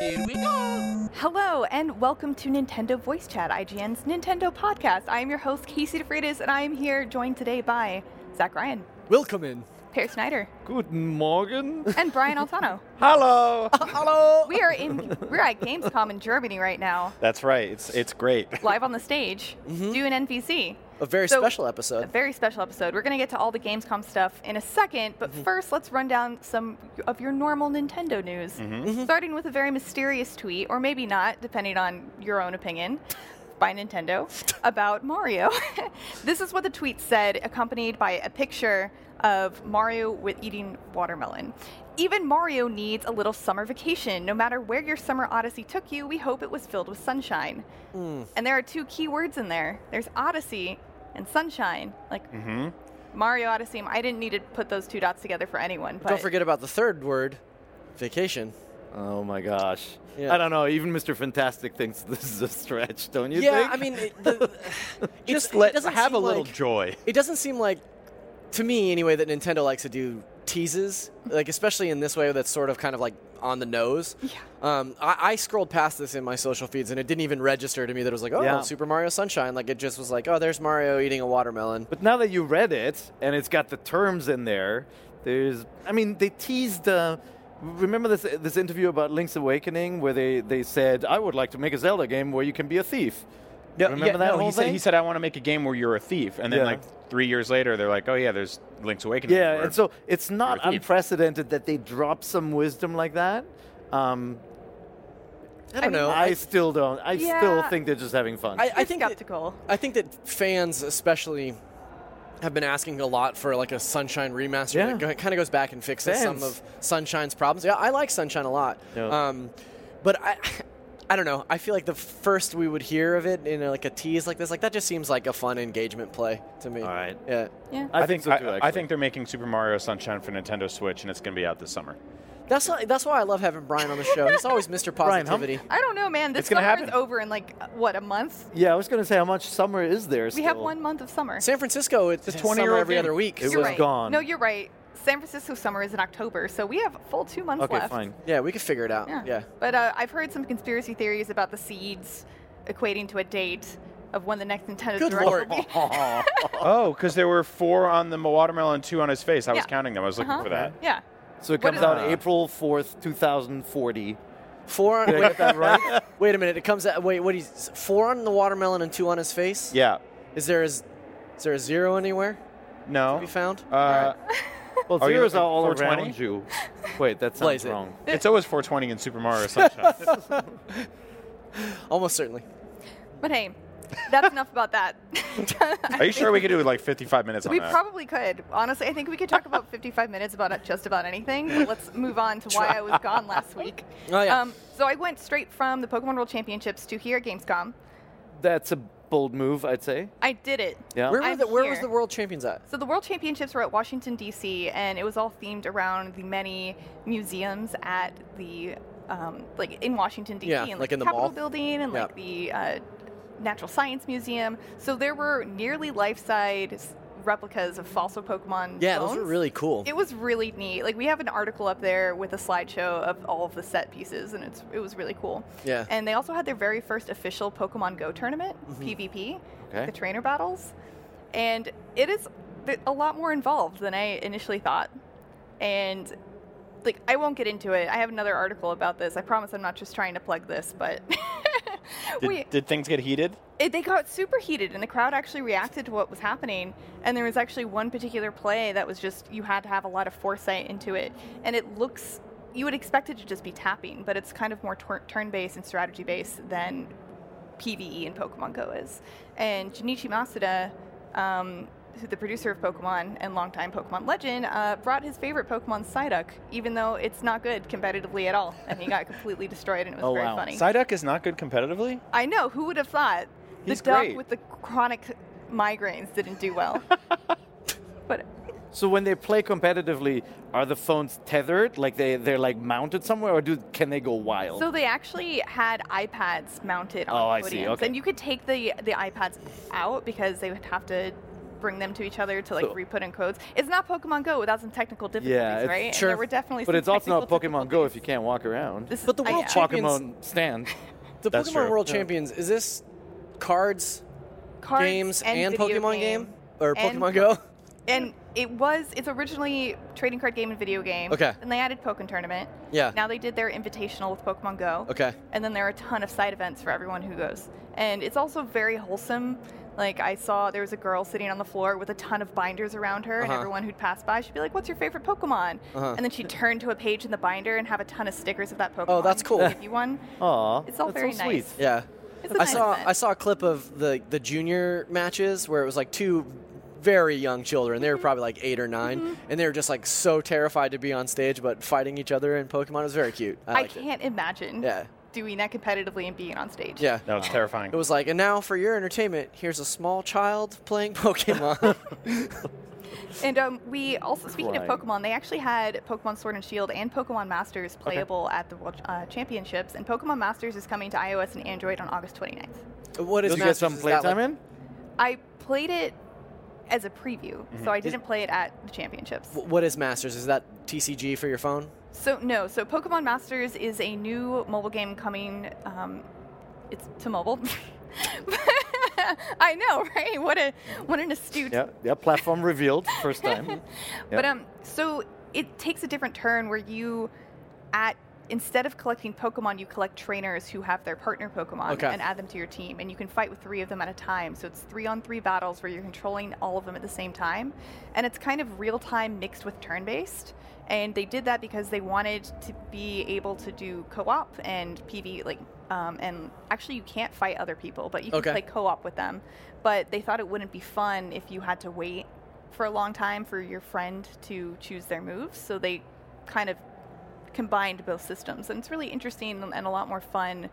Here we go. Hello and welcome to Nintendo Voice Chat, IGN's Nintendo podcast. I am your host Casey DeFreitas, and I am here joined today by Zach Ryan, Welcome in. Per Snyder, Guten Morgen. and Brian Altano. Hello. Hello. We are in we're at Gamescom in Germany right now, That's right. It's it's great. Mm-hmm. live on the stage, doing NPC. A very So- special A episode. very special episode. We're going to get to all the Gamescom stuff in a second, but first let's run down some of your normal Nintendo news. Starting with a very mysterious tweet, or maybe not, depending on your own opinion, by Nintendo about Mario. this is what the tweet said, accompanied by a picture of Mario with eating watermelon. Even Mario needs a little summer vacation. No matter where your summer odyssey took you, we hope it was filled with sunshine. And there are two key words in there. There's Odyssey and Sunshine. Like Mario Odyssey. I didn't need to put those two dots together for anyone. But Don't forget about the third word, vacation. Oh my gosh. Yeah. I don't know. Even Mr. Fantastic thinks this is a stretch, don't you yeah, think? I mean, it, the, it just it let doesn't have a seem little like- joy. It doesn't seem like, to me anyway, that Nintendo likes to do teases, like especially in this way that's sort of kind of like on the nose. Yeah. Um, I, I scrolled past this in my social feeds and it didn't even register to me that it was like, oh, Yeah. Super Mario Sunshine. Like it just was like, oh, there's Mario eating a watermelon. But now that you read it and it's got the terms in there, there's. I mean, they teased. Uh, remember this this interview about Link's Awakening where they they said, "I would like to make a Zelda game where you can be a thief." No, remember yeah, that no, whole he Said, thing? he said, "I want to make a game where you're a thief," and then Yeah. like three years later, they're like, "Oh yeah, there's Link's Awakening." Yeah, where- and so it's not Or a thief. unprecedented that they drop some wisdom like that. Um, I don't know. I still don't. I Yeah. still think they're just having fun. I, I you're think that- skeptical. I think that fans, especially, have been asking a lot for like a Sunshine remaster. Yeah. That kind of goes back and fixes some Fans. of Sunshine's problems. Yeah, I like Sunshine a lot. Yeah. Um, but I, I don't know. I feel like the first we would hear of it in a, like a tease like this, like that just seems like a fun engagement play to me. All right. Yeah. yeah. I, think, so too. I, Actually. I think they're making Super Mario Sunshine for Nintendo Switch, and it's going to be out this summer. That's why, that's why I love having Brian on the show. He's always Mr. Brian, how- Positivity. I don't know, man. This It's gonna summer is happen. over in like uh, what a month. Yeah, I was going to say how much summer is there. We have one month of summer. San Francisco, it's just 20 -year-old summer every game. other week. It You're was right. gone. No, you're right. San Francisco summer is in October, so we have full two months Okay, left. fine. yeah, we could figure it out. Yeah. yeah. But uh, I've heard some conspiracy theories about the seeds equating to a date of when the next Nintendo Good Direct lord. will be. Oh, because there were four on the watermelon and two on his face. I was Yeah. counting them. I was looking Uh-huh. for that. yeah. So it What comes is- out April 4th, 2040. Four on Did I get that right? Wait a minute. It comes out. Wait, what? He's four on the watermelon and two on his face. Yeah. Is there a, z- is there a zero anywhere No. to be found? Uh, Well, Are you zeros looking are all 420? around you. Wait, that sounds Blaze it. wrong. it's always 420 in Super Mario Sunshine. Almost certainly. But hey, that's enough about that. Are you sure we could do like 55 minutes on We that? probably could. Honestly, I think we could talk about 55 minutes about just about anything. But let's move on to why I was gone last week. Um, Oh, yeah. so I went straight from the Pokemon World Championships to here at Gamescom. That's a bold move, I'd say. I did it. Yeah. Where, were I'm the, where was here. the world champions at? So the World Championships were at Washington D.C. and it was all themed around the many museums at the um, like in Washington D.C. Yeah, and like the in the Capitol mall. building and Yeah. like the uh, Natural Science Museum. So there were nearly life-size replicas of fossil Pokemon. Yeah, bones. those were really cool. It was really neat. Like we have an article up there with a slideshow of all of the set pieces, and it's it was really cool. Yeah. And they also had their very first official Pokemon Go tournament, Mm-hmm. PvP, Okay. the trainer battles, and it is th- a lot more involved than I initially thought. And like I won't get into it. I have another article about this. I promise I'm not just trying to plug this, but. Did, we, did things get heated? it, they got super heated and the crowd actually reacted to what was happening and there was actually one particular play that was just you had to have a lot of foresight into it and it looks you would expect it to just be tapping but it's kind of more tor- turn-based and strategy-based than pve and pokemon go is and junichi masuda um, who the producer of pokemon and longtime pokemon legend uh, brought his favorite pokemon psyduck even though it's not good competitively at all and he got completely destroyed and it was Oh, very wow. funny Psyduck is not good competitively. I know. Who would have thought the He's duck great. with the chronic migraines didn't do well? but So when they play competitively, are the phones tethered? Like they, they're like mounted somewhere or do, can they go wild? so they actually had iPads mounted on Oh, I podiums, see, okay. and you could take the the iPads out because they would have to bring them to each other to like So- re-put in codes. It's not Pokemon Go without some technical difficulties, it's- right? And Sure. there were definitely But some it's also not technical Pokemon Go difficulties. if you can't walk around. This is- But the I- world yeah. champ- Pokemon stand. The That's Pokemon true. World Yeah. Champions is this cards, Cards games, and, video Pokemon game or and Pokemon Go? And it was it's originally trading card game and video game. Okay. And they added Pokemon tournament. Yeah. Now they did their invitational with Pokemon Go. Okay. And then there are a ton of side events for everyone who goes. And it's also very wholesome. Like I saw there was a girl sitting on the floor with a ton of binders around her and Uh-huh. everyone who'd pass by she'd be like, What's your favorite Pokemon? Uh-huh. And then she'd turn to a page in the binder and have a ton of stickers of that Pokemon. Oh, that's cool. Give you one. Aw, It's all that's very so sweet. nice. Yeah. It's a I nice saw event. I saw a clip of the the junior matches where it was like two very young children. Mm-hmm. They were probably like eight or 9 and they were just like so terrified to be on stage, but fighting each other in Pokemon. It was very cute. I, I, liked can't imagine It. Yeah, doing that competitively and being on stage. yeah. That was terrifying. It was like, and now for your entertainment, here's a small child playing Pokemon. And um, we also, speaking of Crying. Pokemon, they actually had Pokemon Sword and Shield and Pokemon Masters playable at the World uh, Championships. And Pokemon Masters is coming to iOS and Android on August 29th. what is Did you get Masters? some Is that, playtime like- in? I played it as a preview, so I didn't play it at the championships. wh- What is Masters? Is that TCG for your phone? So no, so Pokemon Masters is a new mobile game coming. Um, it's to mobile. I know, right? What a what an astute Yeah, yeah. Platform revealed first time. But Yeah. um, so it takes a different turn where you, at instead of collecting Pokemon, you collect trainers who have their partner Pokemon Okay. and add them to your team, and you can fight with three of them at a time. So it's three on three battles where you're controlling all of them at the same time, and it's kind of real time mixed with turn based. And they did that because they wanted to be able to do co-op and PV, like, um, and actually you can't fight other people, but you can Okay. play co-op with them. But they thought it wouldn't be fun if you had to wait for a long time for your friend to choose their moves. So they kind of combined both systems, and it's really interesting and- and a lot more fun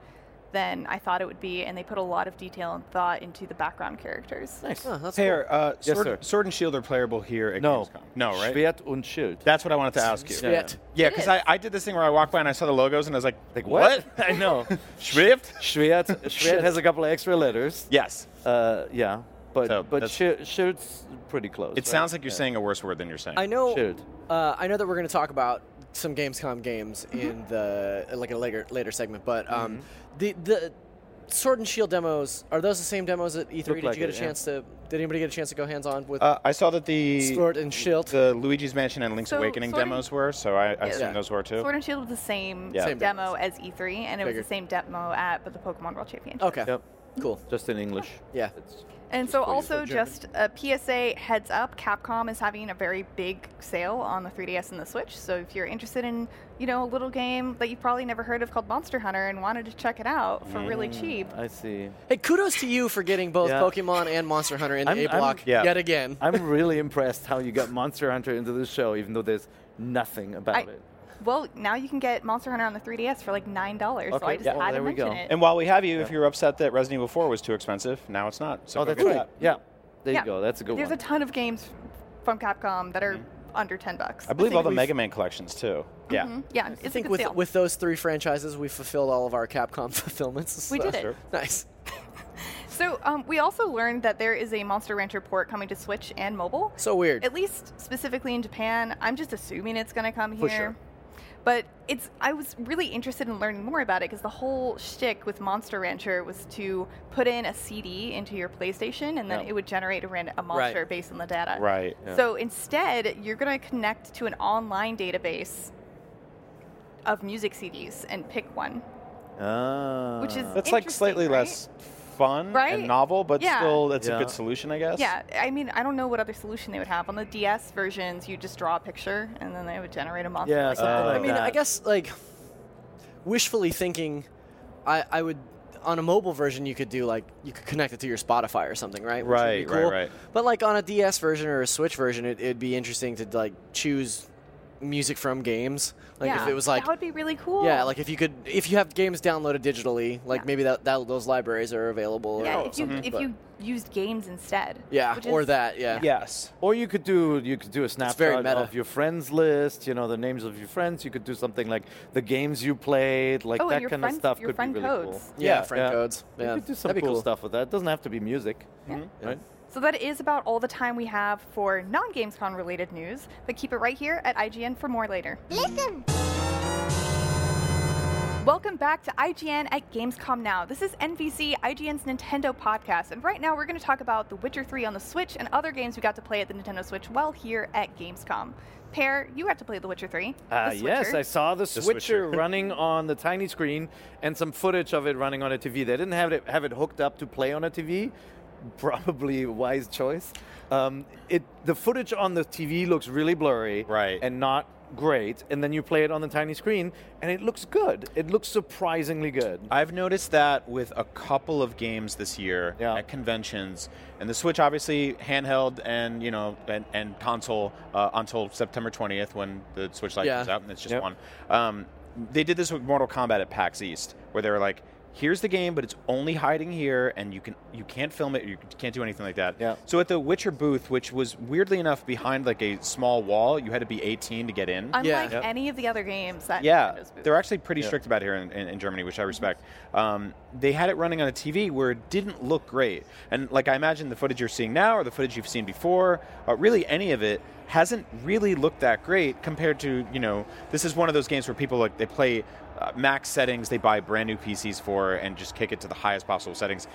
than I thought it would be. And they put a lot of detail and thought into the background characters. Nice. Uh-huh. Oh, that's Hey, cool. are, uh, Yes, sword, sir. sword and Shield are playable here at no, Gamescom. No, right? Schwert und Schild. That's what I wanted to ask you. Yeah. Yeah, It because is. I, I did this thing where I walked by and I saw the logos and I was like, Like what? I know. Schrift? Schwert, Schwert has a couple of extra letters. Yes. Uh, yeah. But So but that's- Schi- Schild's pretty close. It sounds like you're saying a worse word than you're saying. I know. Shoot. Uh, I know that we're going to talk about some Gamescom games Mm-hmm. in the like a later later segment, but um, the the Sword and Shield demos are those the same demos at E3? Look did like you get a it, yeah. chance to? Did anybody get a chance to go hands on with Uh, I saw that the Sword and Shield? the Luigi's Mansion and Link's So, Awakening Sword and- demos were, so I, I Yeah. assume those were too. Sword and Shield was the same, Yeah. Same demo as E3, and it was the Figured. same demo at the Pokemon World Championship. okay, Yep. cool. Just in English. Yeah. It's- And Just so, for you, also, for German. just uh, a PSA heads up: Capcom is having a very big sale on the 3DS and the Switch. So, if you're interested in, you know, a little game that you've probably never heard of called Monster Hunter and wanted to check it out for really cheap, I see. Hey, kudos to you for getting both Yeah. Pokemon and Monster Hunter in I'm- A I'm- block yeah. yet again. I'm really impressed how you got Monster Hunter into the show, even though there's nothing about I, it. well, now you can get Monster Hunter on the 3DS for like nine dollars. so Okay, I just yeah. had Well, there to we mention go. it. and while we have you, if you're upset that Resident Evil 4 was too expensive, now it's not. So Oh, go that's get right. that. Yeah. There Yeah. you go. That's a good There's one. a ton of games from Capcom that are under ten bucks. I believe think all the we've- Mega Man collections too. Yeah. Mhm. Yeah, it's I think a good with sale. with those three franchises, we fulfilled all of our Capcom fulfillments. We so- did it. Sure. Nice. so, um, we also learned that there is a Monster Rancher port coming to Switch and mobile. So weird. At least specifically in Japan, I'm just assuming it's going to come For here. sure. But it's I was really interested in learning more about it because the whole shtick with Monster Rancher was to put in a CD into your PlayStation and then Yeah. it would generate a, ran- a monster Right. based on the data. Right. Yeah. So instead, you're going to connect to an online database of music CDs and pick one. ah. Which is- That's like Interesting, slightly right? less fun Right? and novel, but Yeah. still, that's a Yeah. good solution, I guess. Yeah, I mean, I don't know what other solution they would have. On the DS versions, you just draw a picture and then they would generate a monster. Yeah, like something that. like I mean, I that. guess like wishfully thinking, I, I would on a mobile version you could do like you could connect it to your Spotify or something, right? Which would be Right, right, right. But like on a DS version or a Switch version, it, it'd be interesting to like choose music from games. Like Yeah. if it was like that would be really cool. yeah, like if you could if you have games downloaded digitally, like Yeah. maybe that, that those libraries are available. Yeah, or if you something, Mm-hmm. if but- you used games instead. yeah, which or is- that yeah. Yes. Or you could do you could do a very snapshot meta. of your friends list, you know, the names of your friends. You could do something like the games you played, like Oh, and that your kind friend- of stuff your could friend be really codes. cool. Yeah, Yeah, friend yeah. codes. Yeah, You could do some that'd be cool cool. stuff with that. It doesn't have to be music. Yeah. Right? So that is about all the time we have for non-Gamescom related news, but keep it right here at IGN for more later. Listen. Welcome back to IGN at Gamescom Now. This is NVC, IGN's Nintendo podcast, and right now we're going to talk about The Witcher 3 on the Switch and other games we got to play at the Nintendo Switch while here at Gamescom. Pear, you got to play The Witcher 3. Uh, The yes, Switcher. I saw the, switcher, Switcher. running on the tiny screen and some footage of it running on a TV. They didn't have it have it hooked up to play on a TV. Probably a wise choice. Um, it the footage on the TV looks really blurry, Right. and not great. And then you play it on the tiny screen, and it looks good. It looks surprisingly good. I've noticed that with a couple of games this year Yeah. at conventions, and the Switch obviously handheld and you know and, and console uh, until September 20th when the Switch Lite Yeah. comes out, and it's just Yep. one. Um, they did this with Mortal Kombat at PAX East, where they were like, "Here's the game, but it's only hiding here, and you can you can't film it, you can't do anything like that." Yeah. So at the Witcher booth, which was weirdly enough behind like a small wall, you had to be 18 to get in. Unlike Yeah. any of the other games that Yeah, Nintendo's booth. they're actually pretty strict about it here in, in, in Germany, which I respect. Um, they had it running on a TV where it didn't look great, and like I imagine the footage you're seeing now or the footage you've seen before, uh, really any of it hasn't really looked that great compared to you know this is one of those games where people like they play uh, max settings, they buy brand new PCs for and just kick it to the highest possible settings.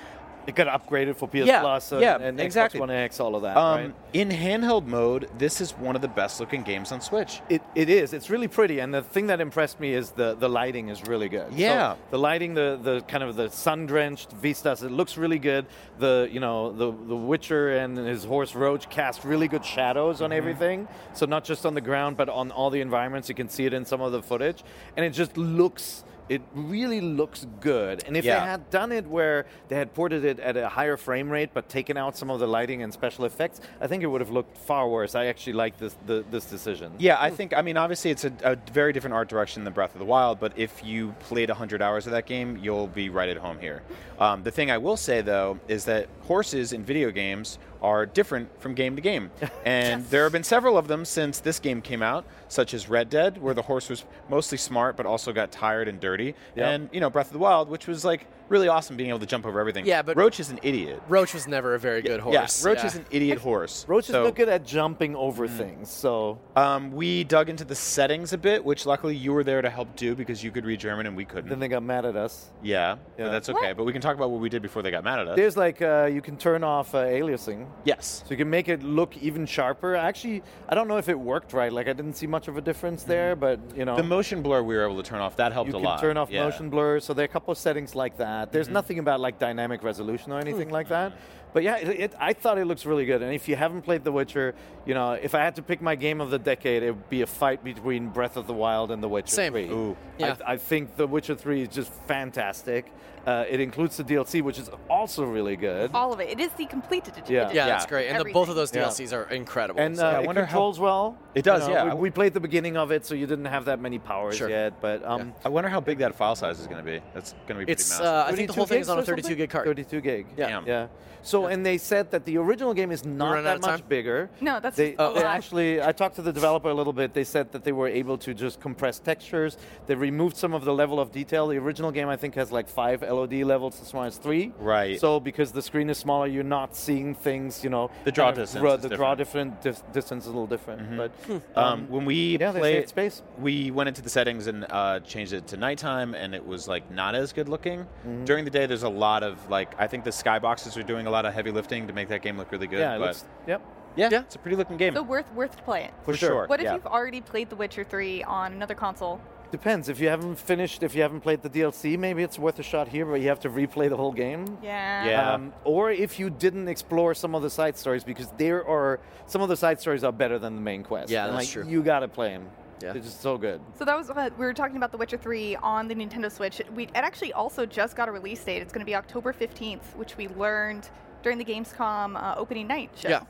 It got upgraded for PS Yeah, Plus and, yeah, and exactly. Xbox One X, all of that. Um, right? In handheld mode, this is one of the best looking games on Switch. It, it is. It's really pretty, and the thing that impressed me is the, the lighting is really good. So Yeah. the lighting, the, the kind of the sun drenched vistas, it looks really good. The you know the the Witcher and his horse Roach cast really good shadows on Mm-hmm. everything. So not just on the ground, but on all the environments. You can see it in some of the footage, and it just looks. It really looks good, and if Yeah. they had done it where they had ported it at a higher frame rate, but taken out some of the lighting and special effects, I think it would have looked far worse. I actually like this the, this decision. Yeah, I think. I mean, obviously, it's a, a very different art direction than Breath of the Wild. But if you played 100 hours of that game, you'll be right at home here. Um, the thing I will say though is that horses in video games are different from game to game, and there have been several of them since this game came out, such as Red Dead, where the horse was mostly smart but also got tired and dirty, Yeah. and you know Breath of the Wild, which was like really awesome being able to jump over everything. Yeah, but- Roach is an idiot. Roach was never a very good horse. Yeah, Roach Yeah. is an idiot horse. Roach is So- Mm. not good at jumping over things, so Um, we dug into the settings a bit, which luckily you were there to help do because you could read German and we couldn't. then they got mad at us. yeah, but Yeah. that's okay. What? But we can talk about what we did before they got mad at us. There's like uh, you can turn off uh, aliasing, yes. so you can make it look even sharper. Actually, I don't know if it worked right. Like I didn't see much of a difference there, but you know. Mm. The motion blur we were able to turn off. That helped you a can lot. turn off Yeah. Mm-hmm. motion blur, so there are a couple of settings like that. There's nothing about like dynamic resolution or anything like that. But yeah, it, it, I thought it looks really good. And if you haven't played The Witcher, you know, if I had to pick my game of the decade, it would be a fight between Breath of the Wild and The Witcher Same. 3. Ooh. Yeah. I, I think The Witcher 3 is just fantastic. Uh, it includes the DLC, which is also really good. all of it. It is the complete edition. Yeah. yeah, Yeah. that's great. And the, both of those Yeah. DLCs are incredible. And so- uh, I it wonder how- controls well. It does, You know, yeah. We, we played the beginning of it, so you didn't have that many powers Sure. yet. But um, I wonder how big that file size is going to be. That's going to be pretty it's massive. uh, I think the 32 whole thing is gigs on a or something? 32 gig card. 32 gig. Yeah. Damn. Yeah. So, and they said that the original game is not running out that of much time? bigger. No, that's they, a lot. they actually. I talked to the developer a little bit. They said that they were able to just compress textures. They removed some of the level of detail. The original game, I think, has like five LOD levels. This one has three. Right. So, because the screen is smaller, you're not seeing things. You know, The draw kind of distance ro- is the draw different dis- distance is a little different. But Um, when we yeah, they played saved space. we went into the settings and uh, changed it to nighttime, and it was like not as good looking. Mm-hmm. During the day, there's a lot of like I think the skyboxes are doing a lot of heavy lifting to make that game look really good. yeah, it but looks, yep. yeah, Yeah. it's a pretty looking game So worth worth to play it. for sure. sure. What if yeah. you've already played The Witcher 3 on another console? Depends. If you haven't finished, if you haven't played the DLC, maybe it's worth a shot here. But you have to replay the whole game. Yeah. Yeah. Um, or if you didn't explore some of the side stories, because there are some of the side stories are better than the main quest. Yeah, And, that's like, true. You gotta play them. Yeah. They're just so good. So that was what we were talking about The Witcher 3 on the Nintendo Switch. We it actually also just got a release date. It's going to be October 15th, which we learned during the Gamescom uh, opening night show. Yeah.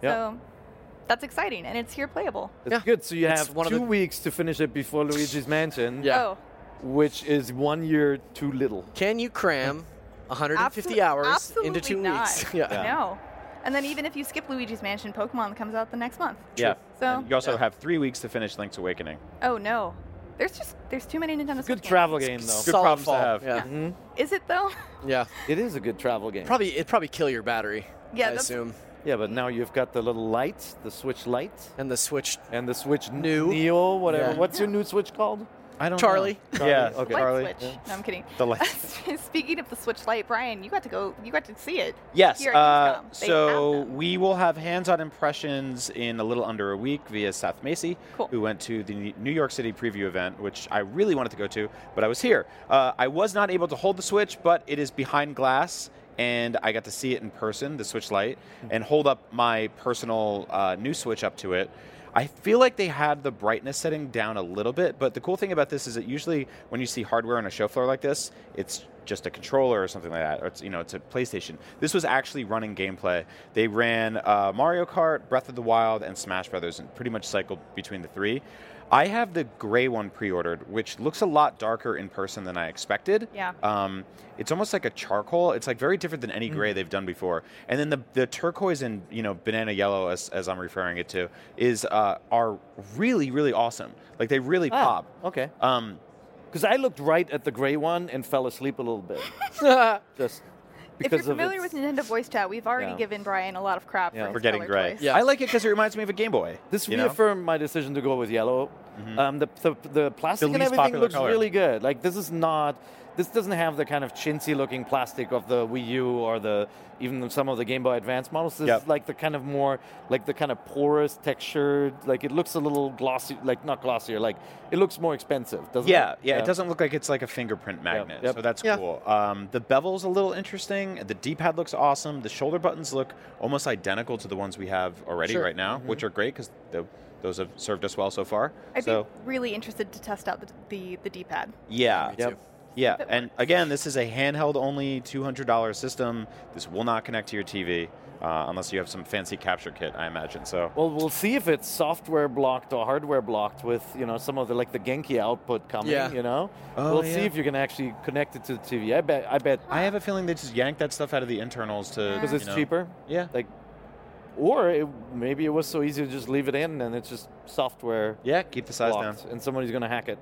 Yeah. So that's exciting, and it's here playable. It's Yeah. good. So you It's have one of two the- weeks to finish it before Luigi's Mansion, Yeah. Oh, which is one year too little. Can you cram 150 Absol- hours absolutely into two not. weeks? yeah. No. And then even if you skip Luigi's Mansion, Pokemon comes out the next month. yeah. So- And you also Yeah. have three weeks to finish Link's Awakening. Oh no. There's just there's too many Nintendo Switch Good games. travel game though. Good Solid problems to fall. have. Mm-hmm. Yeah. Is it though? yeah. It is a good travel game. Probably it'd probably kill your battery. Yeah, I that's- assume. Yeah, but now you've got the little lights, the Switch lights, and the Switch. and the Switch New. Neo, whatever. Yeah. What's your new Switch called? I don't Charlie. Know. Yeah, Charlie, okay. Light Charlie. switch. No, I'm kidding. The light. Speaking of the Switch Light, Brian, you got to go. You got to see it. Yes. Here at uh, Gamescom. They so have them. we will have hands-on impressions in a little under a week via Seth Macy, Cool. who went to the New York City preview event, which I really wanted to go to, but I was here. Uh, I was not able to hold the Switch, but it is behind glass. And I got to see it in person, the Switch Lite, Hmm. and hold up my personal uh, new Switch up to it. I feel like they had the brightness setting down a little bit, but the cool thing about this is that usually when you see hardware on a show floor like this, it's just a controller or something like that, or it's you know it's a PlayStation. This was actually running gameplay. They ran uh, Mario Kart, Breath of the Wild, and Smash Brothers, and pretty much cycled between the three. I have the gray one pre-ordered, which looks a lot darker in person than I expected. Yeah. Um, it's almost like a charcoal. It's like very different than any gray they've done before. And then the, the turquoise and you know banana yellow, as, as I'm referring it to, is uh, are really really awesome. Like they really Ah, pop. okay. Um, Because I looked right at the gray one and fell asleep a little bit. Just if because you're familiar of with its- Nintendo voice chat, we've already Yeah. given Brian a lot of crap Yeah. for his we're getting color gray. choice. Yeah. I like it because it reminds me of a Game Boy. This you know? Mm-hmm. reaffirmed my decision to go with yellow. Um, the, the, the plastic and least everything popular looks color. really good. Like this is not, this doesn't have the kind of chintzy looking plastic of the Wii U or the even some of the Game Boy Advance models. This Yep. is like the kind of more like the kind of porous textured. Like it looks a little glossy, like not glossier. Like it looks more expensive. Doesn't Yeah, it? yeah, it doesn't look like it's like a fingerprint magnet, yep. so that's Yeah. cool. Um, the bevel's a little interesting. The D-pad looks awesome. The shoulder buttons look almost identical to the ones we have already Sure. right now, which are great because those have served us well so far. I'd so be really interested to test out the the, the D-pad. yeah, Me too. Yep. yeah, That and again, this is a handheld-only $200 system. This will not connect to your TV uh, unless you have some fancy capture kit, I imagine. So Well, we'll see if it's software blocked or hardware blocked with you know some of the like the Genki output coming. Yeah. You know, Oh, we'll see yeah. if you can actually connect it to the TV. I bet. I bet I have a feeling they just yanked that stuff out of the internals to because you it's know- cheaper. Yeah, Like, or it, maybe it was so easy to just leave it in and it's just software yeah, keep the size down. blocked, and somebody's gonna hack it.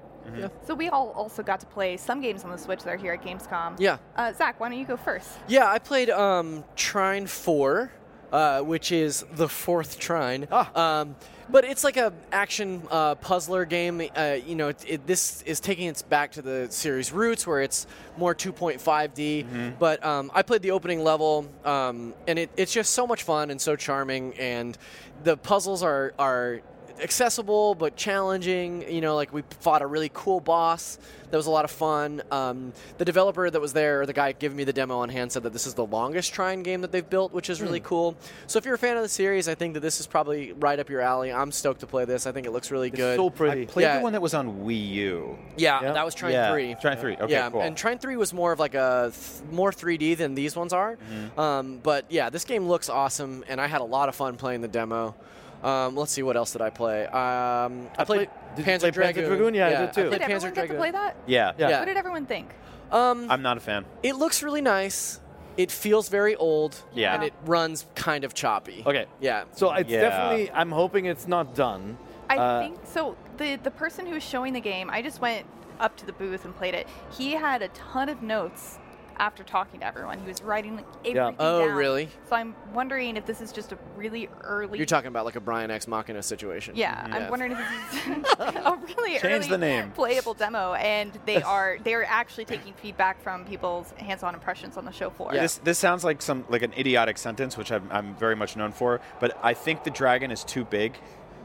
So we all also got to play some games on the Switch that are here at Gamescom. Yeah. Uh, Zach, why don't you go first? Yeah, I played um, Trine 4, uh, which is the fourth Trine. Um, but it's like a action uh, puzzler game. Uh, you know, it, it, this is taking its back to the series roots, where it's more 2.5D. But um, I played the opening level, um, and it, it's just so much fun and so charming. And the puzzles are are accessible but challenging. You know, like we fought a really cool boss that was a lot of fun. Um, the developer that was there, or the guy giving me the demo on hand, said that this is the longest Trine game that they've built, which is really cool. So if you're a fan of the series, I think that this is probably right up your alley. I'm stoked to play this. I think it looks really good. So pretty. I played Yeah. the one that was on Wii U. yeah, Yeah. that was Trine yeah. three. Trine three. Okay, yeah, cool. and Trine Three was more of like a th- more 3D than these ones are. Mm-hmm. Um, but yeah, this game looks awesome, and I had a lot of fun playing the demo. Um, let's see what else did I play. Um, I, played, played- did you Panzer play Panzer Dragoon. Dragoon? Yeah, I did too. played Did everyone Panzer get to Dragoon. play that? yeah. Yeah. What did everyone think? Um, I'm not a fan. it looks really nice. It feels very old. Yeah. and it runs kind of choppy. Okay. Yeah. So it's Yeah. definitely. I'm hoping it's not done. I Uh, think so. The the person who was showing the game, I just went up to the booth and played it. He had a ton of notes after talking to everyone. He was writing like everything Oh, down. really? So I'm wondering if this is just a really early. You're talking about like a Brian X Machina situation. Yeah, I'm wondering if this is a really Change early the name. playable demo, and they are they are actually taking feedback from people's hands-on impressions on the show floor. This this sounds like some like an idiotic sentence, which I'm, I'm very much known for. But I think the dragon is too big.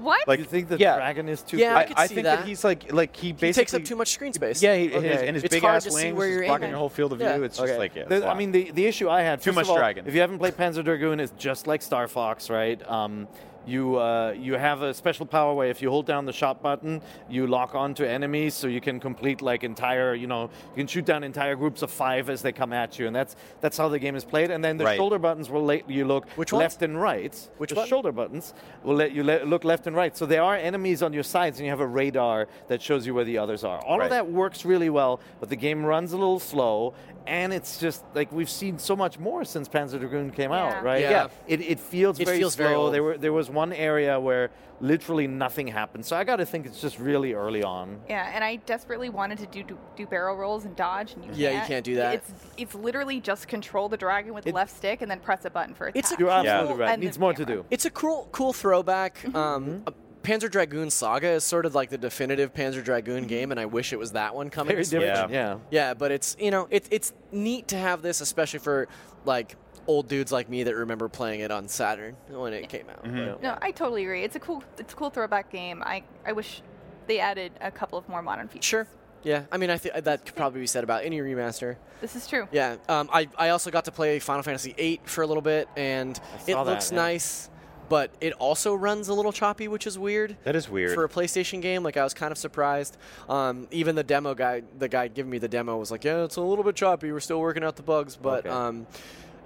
What? Like You think the yeah. dragon is too? Yeah, I I, could I see think that. he's like like he basically He takes up too much screen space. Yeah, he, Okay. his, and his It's big hard ass to see wings where is you're blocking aiming. your whole field of view. Yeah. It's just Okay. like yeah, The- it's I wild. mean, the, the issue I had. Too first much of all, dragon. If you haven't played Panzer Dragoon, it's just like Star Fox, right? Um, you uh, you have a special power where if you hold down the shot button, you lock on to enemies, so you can complete like entire. You know, you can shoot down entire groups of five as they come at you, and that's that's how the game is played. And then the Right. shoulder buttons will let you look Which ones? left and right. Which the button? shoulder buttons will let you le- look left and right. So there are enemies on your sides, and you have a radar that shows you where the others are. All Right. of that works really well, but the game runs a little slow, and it's just like we've seen so much more since Panzer Dragoon came out, Yeah. right? Yeah. It, it feels It very feels slow. very old. there were there was one area where literally nothing happened. So I got to think it's just really early on. Yeah, and I desperately wanted to do do, do barrel rolls and dodge, and you Yeah, you can't. can't do that. It's it's literally just control the dragon with It- left stick and then press a button for attack. It's a- You're Cool. absolutely right. And the Needs more to camera. do. It's a cool, cool throwback. Mm-hmm. Um, uh, Panzer Dragoon Saga is sort of like the definitive Panzer Dragoon game, and I wish it was that one coming. Mm-hmm. Very different. Yeah. Yeah, but it's you know it's it's neat to have this, especially for like old dudes like me that remember playing it on Saturn when it came out. Yeah. No, I totally agree. It's a cool it's a cool throwback game. I I wish they added a couple of more modern features. Sure. Yeah, I mean, I think that could probably be said about any remaster. This is true. Yeah, um, I I also got to play Final Fantasy VIII for a little bit, and it saw that, looks yeah. nice, but it also runs a little choppy, which is weird. That is weird. for a PlayStation game. Like I was kind of surprised. Um, even the demo guy, the guy giving me the demo, was like, "Yeah, it's a little bit choppy. We're still working out the bugs, but Okay. um,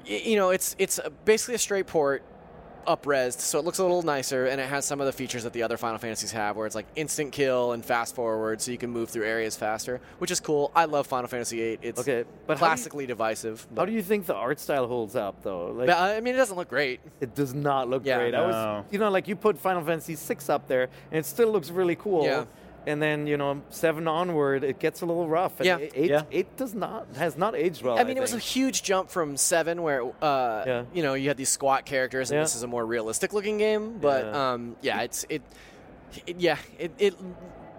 y- you know, it's it's a- basically a straight port." Upresed, so it looks a little nicer, and it has some of the features that the other Final Fantasies have, where it's like instant kill and fast forward, so you can move through areas faster, which is cool. I love Final Fantasy VIII. It's Okay, but how do you- classically divisive. How do you think the art style holds up though? Like but, I mean, it doesn't look great. it does not look Yeah. great. I was No. you know like you put Final Fantasy 6 up there and it still looks really cool. Yeah. And then you know seven onward, it gets a little rough. And Yeah. eight, Yeah. eight does not has not aged well. I mean, it was a think. huge jump from seven, where uh, Yeah. you know you had these squat characters, and Yeah. this is a more realistic-looking game. But Yeah. yeah, um, yeah it's it, it yeah it, it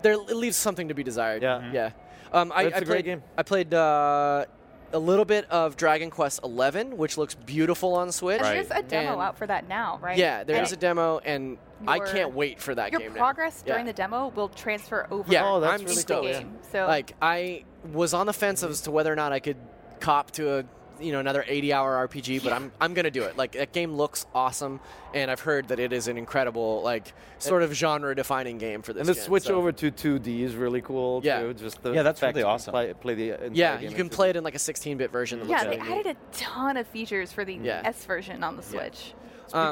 there it leaves something to be desired. Yeah. Mm-hmm. Mhm. yeah. Um, I, That's I a great played, game. I played uh, a little bit of Dragon Quest Eleven, which looks beautiful on Switch. And there's a demo And- out for that now, right? Yeah, there And is a demo, and I Your- can't wait for that Your game. now. progress Yeah. during the demo will transfer over Yeah, Oh, that's I'm really into stoked. the game. So Like I was on the fence as to whether or not I could cop to a you know another 80 hour RPG, but I'm I'm gonna do it. Like that game looks awesome, and I've heard that it is an incredible like sort of genre defining game for this. And the gen, switch so- over to 2D is really cool Yeah. too. Just the Yeah, that's fact really you can awesome. Play, play the entire Yeah, game you can into- play it in like a 16 bit version. That yeah, looks they really neat. added a ton of features for the Yeah. S version on the Switch. Um,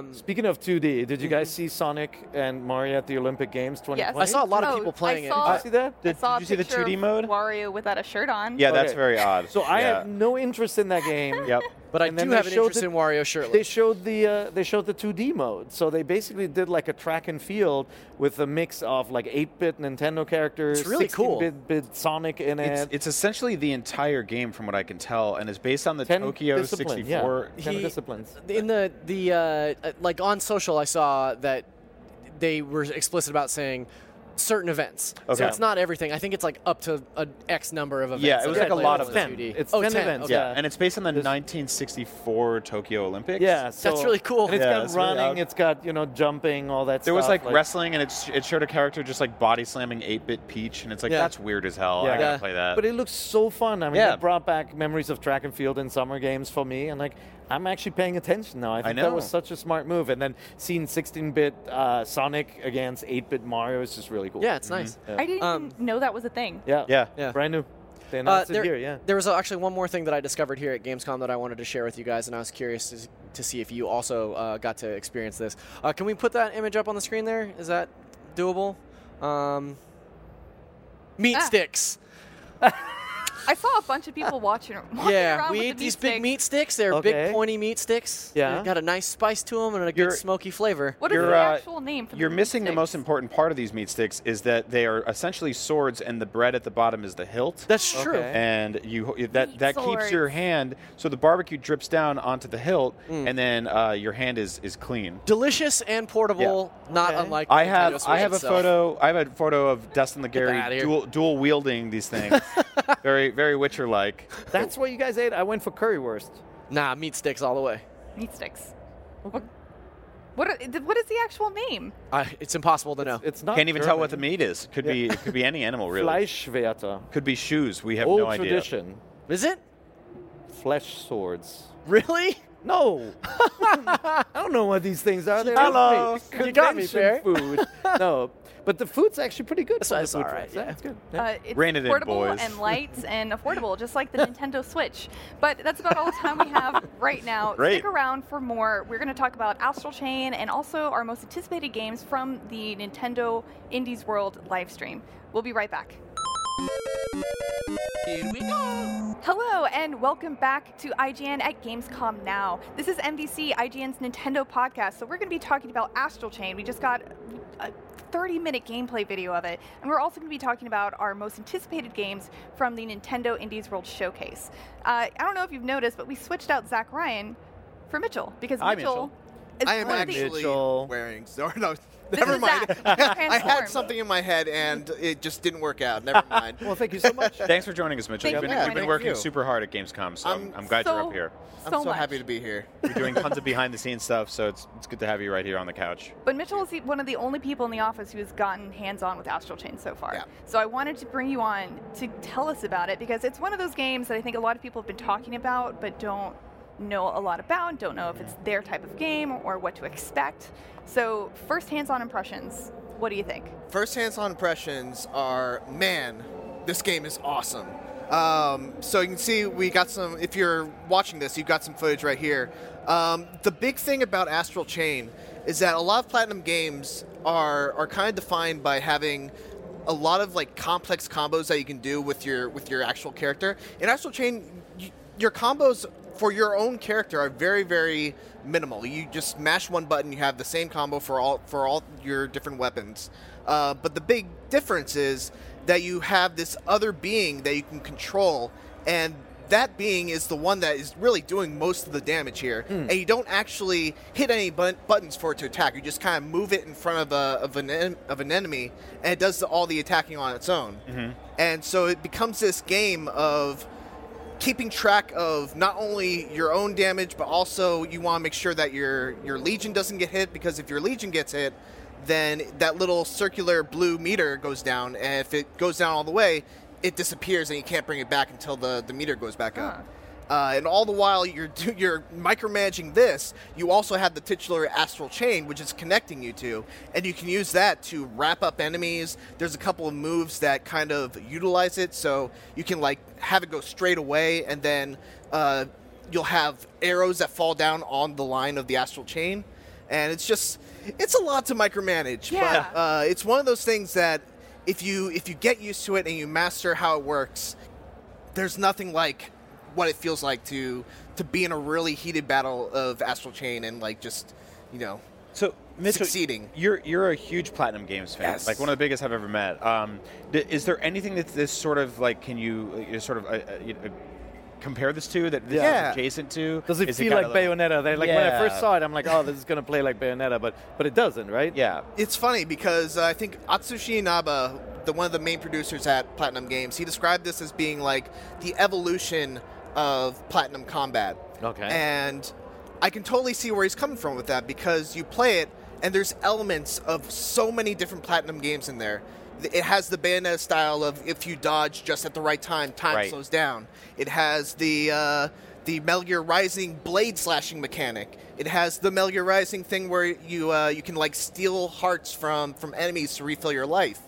Mm-hmm. Speaking of 2D, did you guys see Sonic and Mario at the Olympic Games 2020? I saw a lot of Oh, people I playing Did saw- you see that? I Did- saw did you see a the picture 2D of mode? Wario without a shirt on. yeah, that's Okay. very odd. So I yeah. have no interest in that game. Yep. it, but I and then do they have an showed interest the- in Wario shirtless. They showed the uh, they showed the 2D mode, so they basically did like a track and field with a mix of like 8-bit Nintendo characters, It's really cool. 16-bit bit Sonic in it. It's, it's essentially the entire game, from what I can tell, and is based on the 10 Tokyo discipline, yeah. 64. Ten disciplines. In the the uh, uh, like on social, I saw that they were explicit about saying certain events. So Okay. it's not everything. I think it's like up to an X number of events. Yeah, it that was they like a play lot with of the them. 2D. It's oh, 10 events, okay. yeah. And it's based on the 1964 Tokyo Olympics. Yeah, so That's really cool. And it's Yeah, got that's really running, odd. it's got you know jumping, all that. There stuff. was like, wrestling, and it's, it showed a character just like body slamming 8 bit Peach, and it's like, Yeah. that's weird as hell. Yeah. I gotta Yeah. play that. But it looks so fun. I mean, Yeah. it brought back memories of track and field and summer games for me, and like I'm actually paying attention now. I think that know. was such a smart move. And then seeing 16-bit uh, Sonic against 8-bit Mario is just really cool. Yeah, it's Mm-hmm. nice. I didn't Um, even know that was a thing. yeah, Yeah. Yeah. brand new. They Uh, announced there, it here. Yeah, there was actually one more thing that I discovered here at Gamescom that I wanted to share with you guys, and I was curious to, to see if you also uh, got to experience this. Uh, can we put that image up on the screen there? Is that doable? Um, meat Ah. sticks. I saw a bunch of people watching. walking Yeah, around we with eat the these meat big sticks. meat sticks. They're Okay. big pointy meat sticks. Yeah. They've got a nice spice to them and a good You're- smoky flavor. What is You're, the uh, actual name for the You're meat missing the sticks? most important part of these meat sticks is that they are essentially swords, and the bread at the bottom is the hilt. That's Okay. true. and you that Meat that keeps your swords. hand so the barbecue drips down onto the hilt, and then uh, your hand is is clean. Delicious and portable, not Okay. unlike. I Nintendo have I Switch have a itself. photo I have a photo of Dustin outta Legary here. dual dual wielding these things, very very Witcher like. that's what you guys ate. I went for currywurst. Nah, meat sticks all the way. meat sticks. What? What, are, th- what is the actual name? I, it's impossible to know. It's not. Can't even tell what the German. meat is. Could be it could be any animal really. Fleischwerter. Could be shoes. We have Old no idea. tradition. Is it Flesh swords. really? No, I don't know what these things are. They're Hello. just big You got me, convention food. no, but the food's actually pretty good. That's from the it's food all right, trucks. Yeah, yeah. it's good. Yeah. Uh, it's Rein it in, portable boys. and light and affordable, just like the Nintendo Switch. But that's about all the time we have right now. Great. Stick around for more. We're going to talk about Astral Chain and also our most anticipated games from the Nintendo Indies World livestream. We'll be right back. Here we go. Hello, and welcome back to IGN at Gamescom Now. This is MVC, IGN's Nintendo podcast, so we're going to be talking about Astral Chain. We just got a 30 minute gameplay video of it, and we're also going to be talking about our most anticipated games from the Nintendo Indies World Showcase. Uh, I don't know if you've noticed, but we switched out Zach Ryan for Mitchell because Hi, Mitchell. Mitchell. is I am one of the- actually Mitchell. wearing. Zor- no, This never is mind. Zach. I Transform. had something in my head and it just didn't work out. Never mind. Well, thank you so much. Thanks for joining us, Mitchell. Thank We've you been, for we've been joining working you. super hard at Gamescom, so I'm, I'm I'm glad you're so- up here. I'm so so much. happy to be here. You're doing tons of behind the scenes stuff, so it's, it's good to have you right here on the couch. But Mitchell is the- one of the only people in the office who has gotten hands-on with Astral Chain so far. Yeah. So I wanted to bring you on to tell us about it because it's one of those games that I think a lot of people have been talking about but don't know a lot about, don't know if it's their type of game or what to expect. So first hands-on impressions, what do you think? First hands-on impressions are, man, this game is awesome. Um, so you can see we got some. If you're watching this, you've got some footage right here. Um, the big thing about Astral Chain is that a lot of platinum games are are kind of defined by having a lot of like complex combos that you can do with your with your actual character. In Astral Chain, y- your combos for your own character are very very minimal. You just mash one button, you have the same combo for all for all your different weapons. Uh, but the big difference is that you have this other being that you can control, and that being is the one that is really doing most of the damage here. And you don't actually hit any bun- buttons for it to attack. You just kind of move it in front of a of an en- of an enemy, and it does the, all the attacking on its own. And so it becomes this game of keeping track of not only your own damage, but also you want to make sure that your your legion doesn't get hit because if your legion gets hit, then that little circular blue meter goes down, and if it goes down all the way, it disappears and you can't bring it back until the the meter goes back up. Uh, and all the while you're do- you're micromanaging this, you also have the titular astral chain, which is connecting you to, and you can use that to wrap up enemies. There's a couple of moves that kind of utilize it, so you can like have it go straight away, and then uh, you'll have arrows that fall down on the line of the astral chain, and it's just it's a lot to micromanage. Yeah. But uh, it's one of those things that if you if you get used to it and you master how it works, there's nothing like what it feels like to to be in a really heated battle of Astral Chain and like just you know So, Mitchell, Succeeding. You're you're a huge Platinum Games fan, Yes. like one of the biggest I've ever met. Um, d- is there anything that this sort of like can you, uh, you sort of uh, uh, you know, compare this to that this is Yeah. adjacent to? Does it Is feel kinda like Bayonetta? They- like when I Yeah. first saw it, I'm like, oh, this is gonna play like Bayonetta, but but it doesn't, right? Yeah. it's funny because uh, I think Atsushi Inaba, the one of the main producers at Platinum Games, he described this as being like the evolution of Platinum Combat. Okay. And I can totally see where he's coming from with that because you play it and there's elements of so many different Platinum games in there. Th- It has the Bayonetta style of if you dodge just at the right time, time Right. slows down. It has the uh, the Metal Gear Rising blade slashing mechanic. It has the Metal Gear Rising thing where you uh, you can like steal hearts from from enemies to refill your life.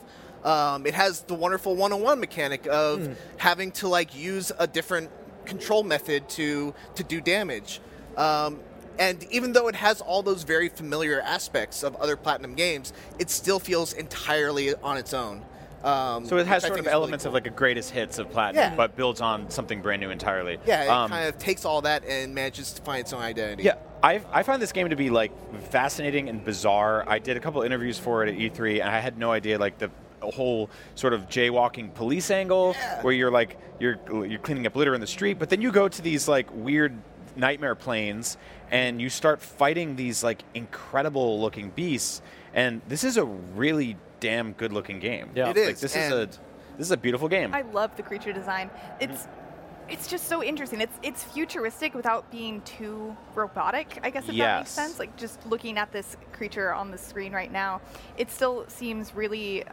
Um, it has the wonderful 101 mechanic of Hmm. having to like use a different control method to to do damage. Um, and even though it has all those very familiar aspects of other Platinum games, it still feels entirely on its own. Um, So it has which I sort of think is really elements cool. of like a greatest hits of Platinum, Yeah. but builds on something brand new entirely. Yeah, it Um, kind of takes all that and manages to find its own identity. Yeah, I, I find this game to be like fascinating and bizarre. I did a couple interviews for it at E3, and I had no idea like the whole sort of jaywalking police angle where you're like you're you're cleaning up litter in the street, but then you go to these like weird nightmare planes and you start fighting these like incredible looking beasts. And this is a really damn good looking game. Yeah. It like, is, this is a and- this is a beautiful game. I love the creature design. It's it's just so interesting. It's it's futuristic without being too robotic, I guess if that Yes. makes sense. Like just looking at this creature on the screen right now, it still seems really uh,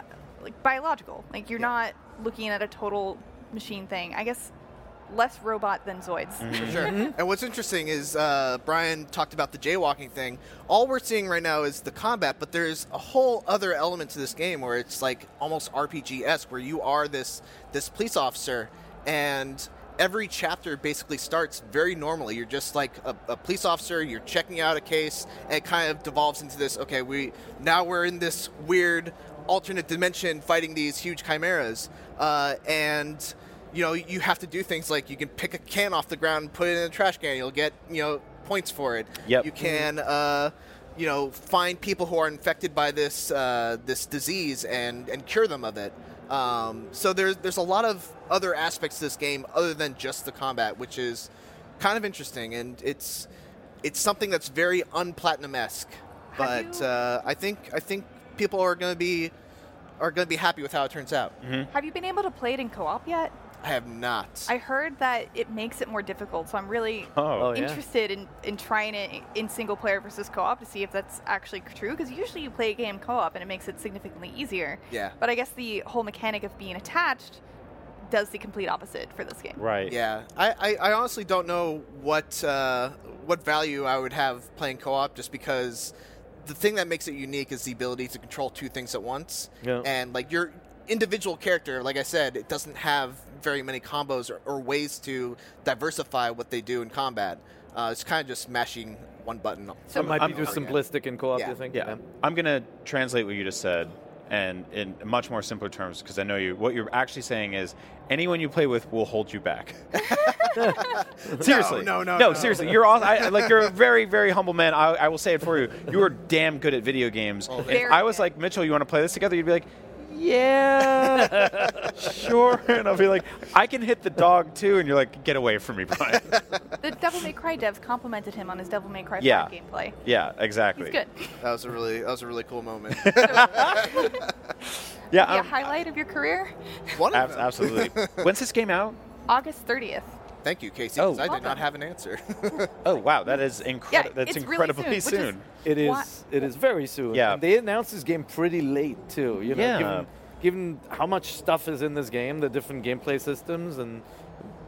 like biological. Like you're not looking at a total machine thing. I guess less robot than Zoids. For sure. And what's interesting is uh, Brian talked about the jaywalking thing. All we're seeing right now is the combat, but there's a whole other element to this game where it's like almost RPG esque, where you are this this police officer, and every chapter basically starts very normally. You're just like a, a police officer. You're checking out a case, and it kind of devolves into this. Okay, we now we're in this weird alternate dimension fighting these huge chimeras, uh, and you know, you have to do things like you can pick a can off the ground and put it in a trash can. You'll get, you know, points for it. Yep. You can, Mm-hmm. uh, you know, find people who are infected by this uh, this disease and and cure them of it. Um, so there's there's a lot of other aspects to this game other than just the combat, which is kind of interesting, and it's it's something that's very unplatinum esque. Have But you- uh, I think I think people are going to be are going to be happy with how it turns out. Have you been able to play it in co-op yet? I have not. I heard that it makes it more difficult, so I'm really Oh, Oh, yeah. interested in, in trying it in single player versus co-op to see if that's actually true. Because usually you play a game co-op and it makes it significantly easier. Yeah. But I guess the whole mechanic of being attached does the complete opposite for this game. right. Yeah, I, I, I honestly don't know what uh, what value I would have playing co-op just because the thing that makes it unique is the ability to control two things at once. Yeah. And like your individual character, like I said, it doesn't have very many combos or, or ways to diversify what they do in combat. Uh, it's kind of just mashing one button. It might be I'm- too simplistic in co-op. Yeah. You think? Yeah, I'm gonna translate what you just said, and in much more simpler terms, because I know you. What you're actually saying is, anyone you play with will hold you back. seriously, no, no, no, no. seriously. You're all, I, I- like you're a very, very humble man. I, I will say it for you. You are damn good at video games. Very If I was good. like Mitchell, Oh, you want to play this together? You'd be like. Yeah, sure. And I'll be like, I can hit the dog too. And you're like, get away from me, Brian. The Devil May Cry devs complimented him on his Devil May Cry 5 Yeah. gameplay. yeah, exactly. He's good. That was a really that was a really cool moment. Yeah, Your um, highlight of your career? One of ab- them. absolutely. When's this game out? August 30th. Thank you, Casey. 'cause Oh. I did not have an answer. Oh wow, that is Yeah, incredible. that's it's incredibly really soon. which is It is. why- It is very soon. Yeah. And they announced this game pretty late too. You know, Yeah. given, given how much stuff is in this game, the different gameplay systems, and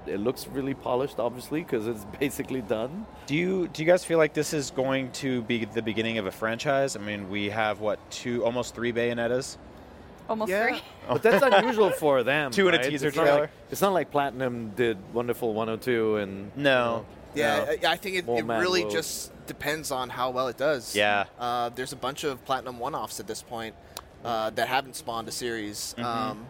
it looks really polished, obviously, because it's basically done. Do you do you guys feel like this is going to be the beginning of a franchise? I mean, we have what two, almost three Bayonettas. almost Yeah. three. But that's unusual for them. Oh. Two in a right? teaser It's not trailer. like- it's not like Platinum did Wonderful 102 and No. Yeah, I, I think it, More it man really woes. just depends on how well it does. Yeah. Uh, there's a bunch of platinum one-offs at this point uh, that haven't spawned a series. Mm-hmm. Um,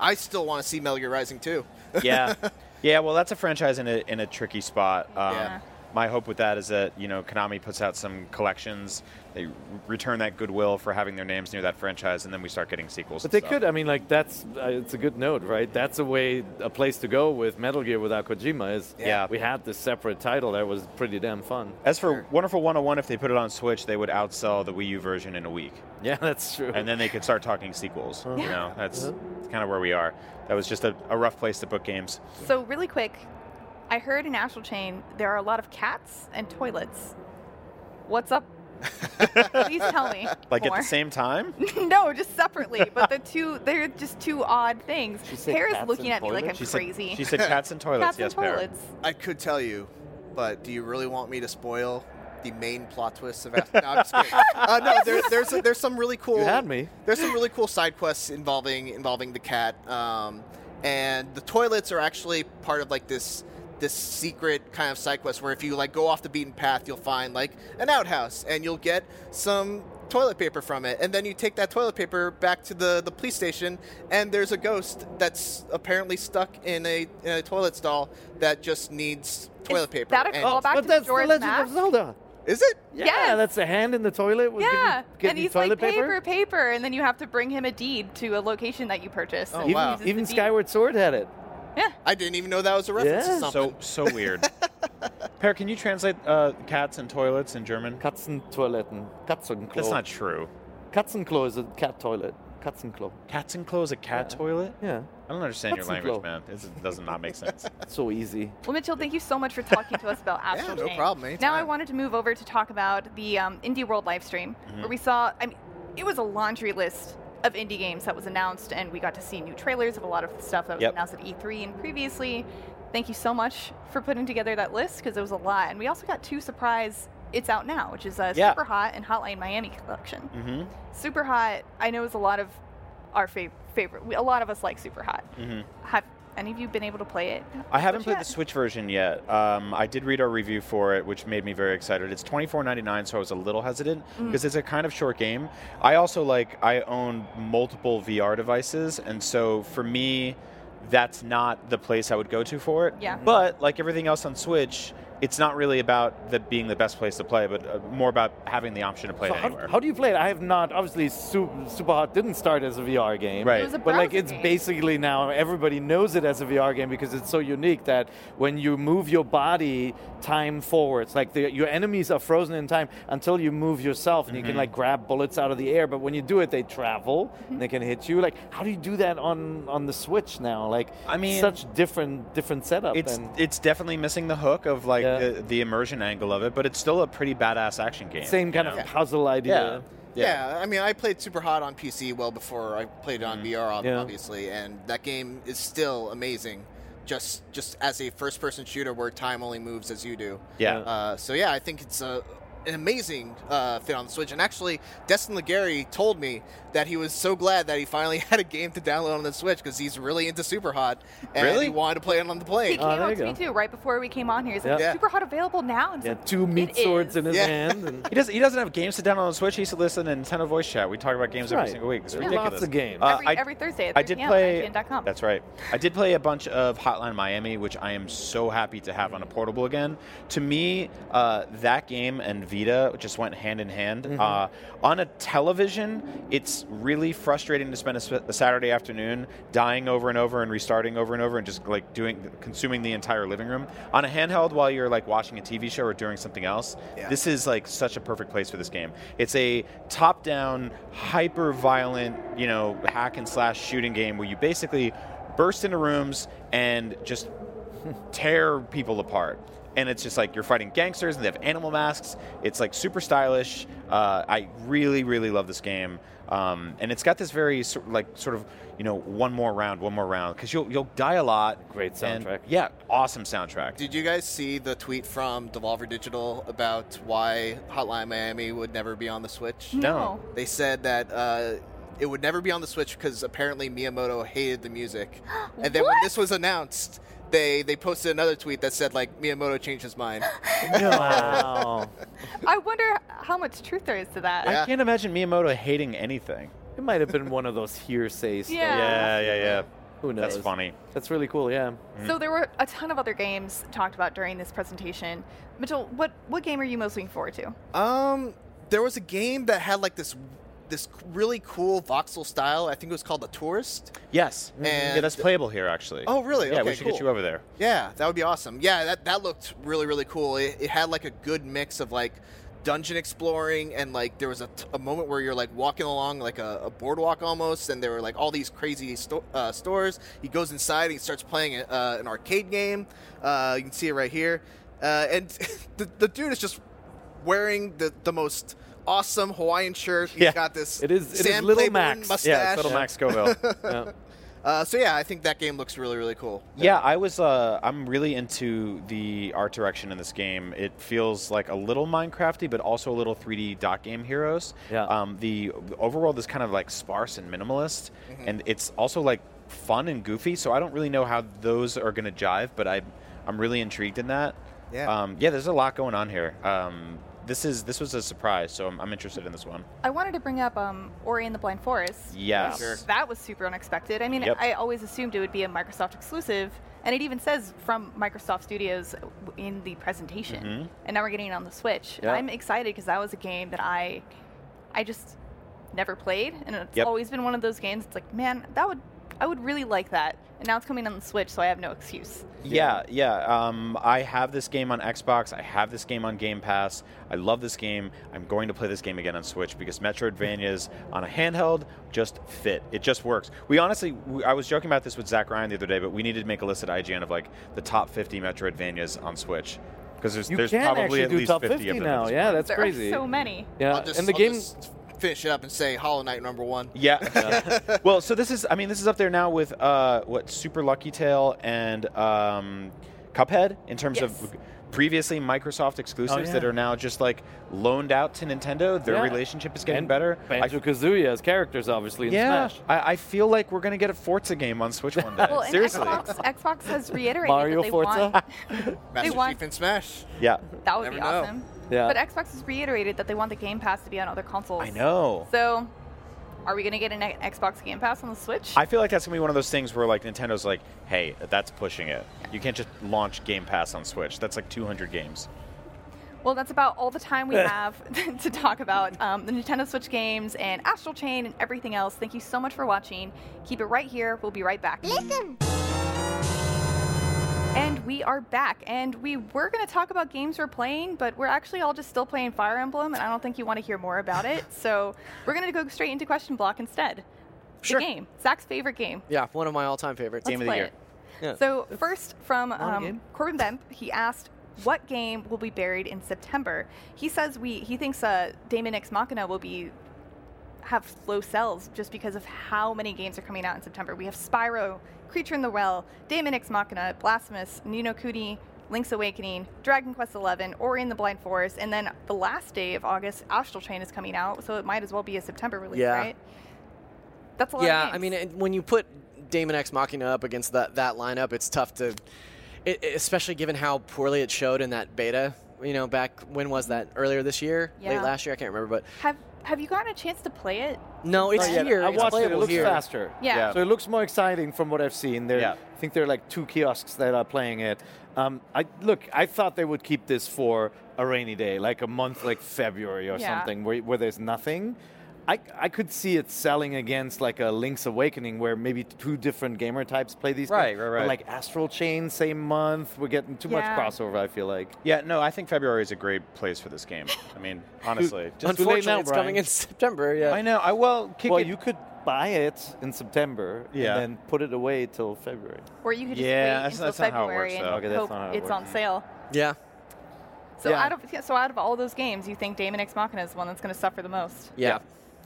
I still want to see Metal Gear Rising too. yeah, yeah. Well, that's a franchise in a in a tricky spot. Um, Yeah. My hope with that is that you know Konami puts out some collections, they r- return that goodwill for having their names near that franchise, and then we start getting sequels. But and they stuff. could. I mean, like that's uh, it's a good note, right? That's a way, a place to go with Metal Gear without Kojima is. Yeah. We had this separate title that was pretty damn fun. As for Wonderful 101, if they put it on Switch, they would outsell the Wii U version in a week. Yeah, that's true. and then they could start talking sequels. You know, that's kind of where we are. That was just a, a rough place to book games. So really quick, I heard in Astral Chain there are a lot of cats and toilets. What's up? Please tell me. Like more. at the same time? no, just separately. But the two, they're just two odd things. said Kara's cats looking and at me like I'm toilets? She crazy. said she said cats and toilets. cats yes, and Pear. toilets. I could tell you, but do you really want me to spoil the main plot twists of? Ast- no, I'm just kidding. Uh, no, there, there's there's some really cool. You had me. There's some really cool side quests involving involving the cat, um, and the toilets are actually part of like this this secret kind of side quest where if you like go off the beaten path, you'll find like an outhouse and you'll get some toilet paper from it, and then you take that toilet paper back to the the police station, and there's a ghost that's apparently stuck in a, in a toilet stall that just needs toilet Is paper. that a and- callback? but to that's Majora's the Legend Mask? of Zelda. Is it? Yeah, Yes. that's the hand in the toilet. with Yeah, giving, giving and he's toilet like paper, paper. paper, and then you have to bring him a deed to a location that you purchased. Oh, and he wow. uses the Even deed. Skyward Sword had it. Yeah, I didn't even know that was a reference Yeah. to something. So so weird. Pear, can you translate uh, cats and toilets in German? Katzentoiletten. Katzenklo. That's not true. Katzenklo is a cat toilet. Katzenklo. Cats and clothes a cat toilet? Yeah. I don't understand your language, Katzenklo. man. This is- does not make sense. So easy. Well, Mitchell, thank you so much for talking to us about Astral no Chain. problem, Now I anytime. wanted to move over to talk about the um, Indie World live stream, Mm-hmm. where we saw. I mean, it was a laundry list of indie games that was announced, and we got to see new trailers of a lot of the stuff that was Yep. announced at E3 and previously. Thank you so much for putting together that list because it was a lot, and we also got two surprise. It's out now, which is uh, Yeah. Super Hot and Hotline Miami collection. hmm Mm-hmm. Super Hot, I know is a lot of our fav- favorite. We, a lot of us like Super Hot. Mm-hmm. Mhm. Have any of you been able to play it? I haven't played the yet? Switch version yet. Um, I did read our review for it, which made me very excited. It's twenty four ninety nine, so I was a little hesitant because it's a kind of short game. I also like I own multiple VR devices, and so for me, that's not the place I would go to for it. Yeah. But like everything else on Switch, it's not really about the being the best place to play, but uh, more about having the option to play So it how, anywhere. how do you play it? I have not. Obviously, Super, Super Hot didn't start as a VR game. Right. It was a but like, browser it's game. basically now everybody knows it as a VR game because it's so unique that when you move your body, time forwards. Like the, your enemies are frozen in time until you move yourself, and you Mm-hmm. can like grab bullets out of the air. But when you do it, they travel and they can hit you. Like, how do you do that on on the Switch now? Like, I mean- such different different setup. it's and it's definitely missing the hook of like Yeah. the, the immersion angle of it, but it's still a pretty badass action game. same kind you know? of puzzle idea. Yeah. I mean, I played Super Hot on PC well before I played it on VR, ob- Yeah. obviously, and that game is still amazing. Just just as a first person shooter where time only moves as you do. Yeah. Uh, so yeah, I think it's a. An amazing uh, fit on the Switch, and actually, Destin Legary told me that he was so glad that he finally had a game to download on the Switch because he's really into Super Hot and Really? he wanted to play it on the He plane. came Oh, there up you to me go. too right before we came on here. He's like, Yeah. super hot available now. And it's Yeah, like, two meat it swords is. in his Yeah. hand. And He doesn't. He doesn't have games to download on Switch. He used to listen to Nintendo Voice Chat. We talk about games every Right. single week. It's Yeah. ridiculous. Lots of games. Uh, every, I- every Thursday. At I did 3 p.m. play. on IGN.com. That's right. I did play a bunch of Hotline Miami, which I am so happy to have on a portable again. To me, uh, that game and Vita just went hand in hand. Mm-hmm. Uh, on a television, it's really frustrating to spend a, s- a Saturday afternoon dying over and over and restarting over and over and just like doing consuming the entire living room. On a handheld, while you're like watching a TV show or doing something else, Yeah. this is like such a perfect place for this game. It's a top-down, hyper-violent, you know, hack and slash shooting game where you basically burst into rooms and just tear people apart. And it's just like you're fighting gangsters and they have animal masks. It's like super stylish. Uh, I really, really love this game. Um, and it's got this very sor- like sort of you know one more round, one more round because you'll you'll die a lot. Great And- soundtrack. yeah, awesome soundtrack. Did you guys see the tweet from Devolver Digital about why Hotline Miami would never be on the Switch? No. They said that uh, it would never be on the Switch because apparently Miyamoto hated the music. And then when What? this was announced, they they posted another tweet that said like Miyamoto changed his mind. wow. I wonder how much truth there is to that. Yeah. I can't imagine Miyamoto hating anything. It might have been one of those hearsay stuff. Yeah. Yeah, yeah, yeah. Who knows? That's funny. That's really cool, yeah. So there were a ton of other games talked about during this presentation. Mitchell, what, what game are you most looking forward to? Um, there was a game that had like this this really cool voxel style. I think it was called The Tourist. Yes. Mm-hmm. yeah, And- that's playable here actually. Oh, really? Yeah, we Okay, should cool. get you over there. Yeah, that would be awesome. Yeah, that, that looked really, really cool. It, it had like a good mix of like dungeon exploring and like there was a, t- a moment where you're like walking along like a, a boardwalk almost and there were like all these crazy sto- uh, stores. He goes inside and he starts playing a, uh, an arcade game. Uh, you can see it right here. Uh, and the, the dude is just wearing the, the most awesome Hawaiian shirt. He's Yeah. got this It is- it is Sam Little Claiborne Max. Yeah, mustache. Yeah, it's Little Max Scoville. Yeah. Uh, so yeah, I think that game looks really, really cool. yeah, I was. Uh, I'm really into the art direction in this game. It feels like a little Minecrafty, but also a little 3D dot game heroes. Yeah. Um, the overworld is kind of like sparse and minimalist, and it's also like fun and goofy. So I don't really know how those are going to jive, but I, I'm really intrigued in that. Yeah. Um, yeah. There's a lot going on here. Um, this is this was a surprise, so I'm, I'm interested in this one. I wanted to bring up um, Ori and the Blind Forest. Yes. Sure. That was super unexpected. I mean, Yep. I always assumed it would be a Microsoft exclusive, and it even says from Microsoft Studios in the presentation. Mm-hmm. And now we're getting it on the Switch. Yeah. I'm excited because that was a game that I, I just never played, and it's Yep. always been one of those games. It's like, man, that would, I would really like that. And now it's coming on the Switch, so I have no excuse. Yeah, yeah. Um, I have this game on Xbox. I have this game on Game Pass. I love this game. I'm going to play this game again on Switch because Metroidvanias on a handheld just fit. It just works. We honestly, we, I was joking about this with Zach Ryan the other day, but we needed to make a list at IGN of like the top 50 Metroidvanias on Switch because there's, You there's can probably actually at do least top 50, 50, of them. at now. this Yeah, that's there crazy. are so many. Yeah, I'll just, Uh, and the I'll game. just finish it up and say Hollow Knight number one. Yeah. well, so this is I mean this is up there now with uh, what Super Lucky Tail and um, Cuphead in terms Yes. of previously Microsoft exclusives yeah. that are now just like loaned out to Nintendo. Their Yeah. relationship is getting and better. Banjo I, Kazooie's characters, obviously, in yeah, Smash. I, I feel like we're gonna get a Forza game on Switch one day. Well, and Seriously. Xbox, Xbox has reiterated Mario that they Forza? want Master want- Chief and Smash. Yeah. that would be Never know. awesome. Yeah. But Xbox has reiterated that they want the Game Pass to be on other consoles. I know. So Are we going to get an Xbox Game Pass on the Switch? I feel like that's gonna be one of those things where like Nintendo's like, hey, that's pushing it. You can't just launch Game Pass on Switch. That's like 200 games. Well, that's about all the time we have to talk about um, the Nintendo Switch games and Astral Chain and everything else. Thank you so much for watching. Keep it right here. We'll be right back. Listen. And we are back. And we were going to talk about games we're playing, but we're actually all just still playing Fire Emblem, and I don't think you want to hear more about it. So we're going to go straight into question block instead. Sure. The game, Zach's favorite game. Yeah, one of my all-time favorites. Game of the play year. it. Yeah. So first, from um, game. Corbin Bemp, he asked, "What game will be buried in September?" He says we. He thinks uh, Damon X Machina will be have low sales just because of how many games are coming out in September. We have Spyro, Creature in the Well, Damon X Machina, Blasphemous, Nino Kuni, Link's Awakening, Dragon Quest XI, Ori and the Blind Forest, and then the last day of August, Astral Chain is coming out, so it might as well be a September release, Yeah. right? That's a lot. yeah, of games. I mean, it, when you put Damon X Machina up against that that lineup, it's tough to, it, it- especially given how poorly it showed in that beta. You know, back when was that? Earlier this year, late Yeah. last year, I can't remember. have have you gotten a chance to play it? But no, it's Not yet. here. I it's watched it. It playable looks here. faster. Yeah. Yeah. So it looks more exciting from what I've seen. There, Yeah. I think there are like two kiosks that are playing it. Um, I look. I thought they would keep this for a rainy day, like a month, like February or Yeah. something, where, where there's nothing. I, I could see it selling against like a Link's Awakening, where maybe two different gamer types play these. Right, games. right, But, right. like Astral Chain, same month. We're getting too Yeah. much crossover. I feel like. Yeah, no, I think February is a great place for this game. I mean, honestly, just too late Unfortunately, now, it's Brian. coming in September. Yeah, I know. I well, kick well, it. you could buy it in September Yeah. and then put it away till February. Or you could just Yeah, wait that's- until that's not how it February works, and though. Okay, that's hope not how it it's works. on sale. yeah. So Yeah. out of yeah, so out of all those games, you think Damon X Machina is the one that's going to suffer the most? Yeah.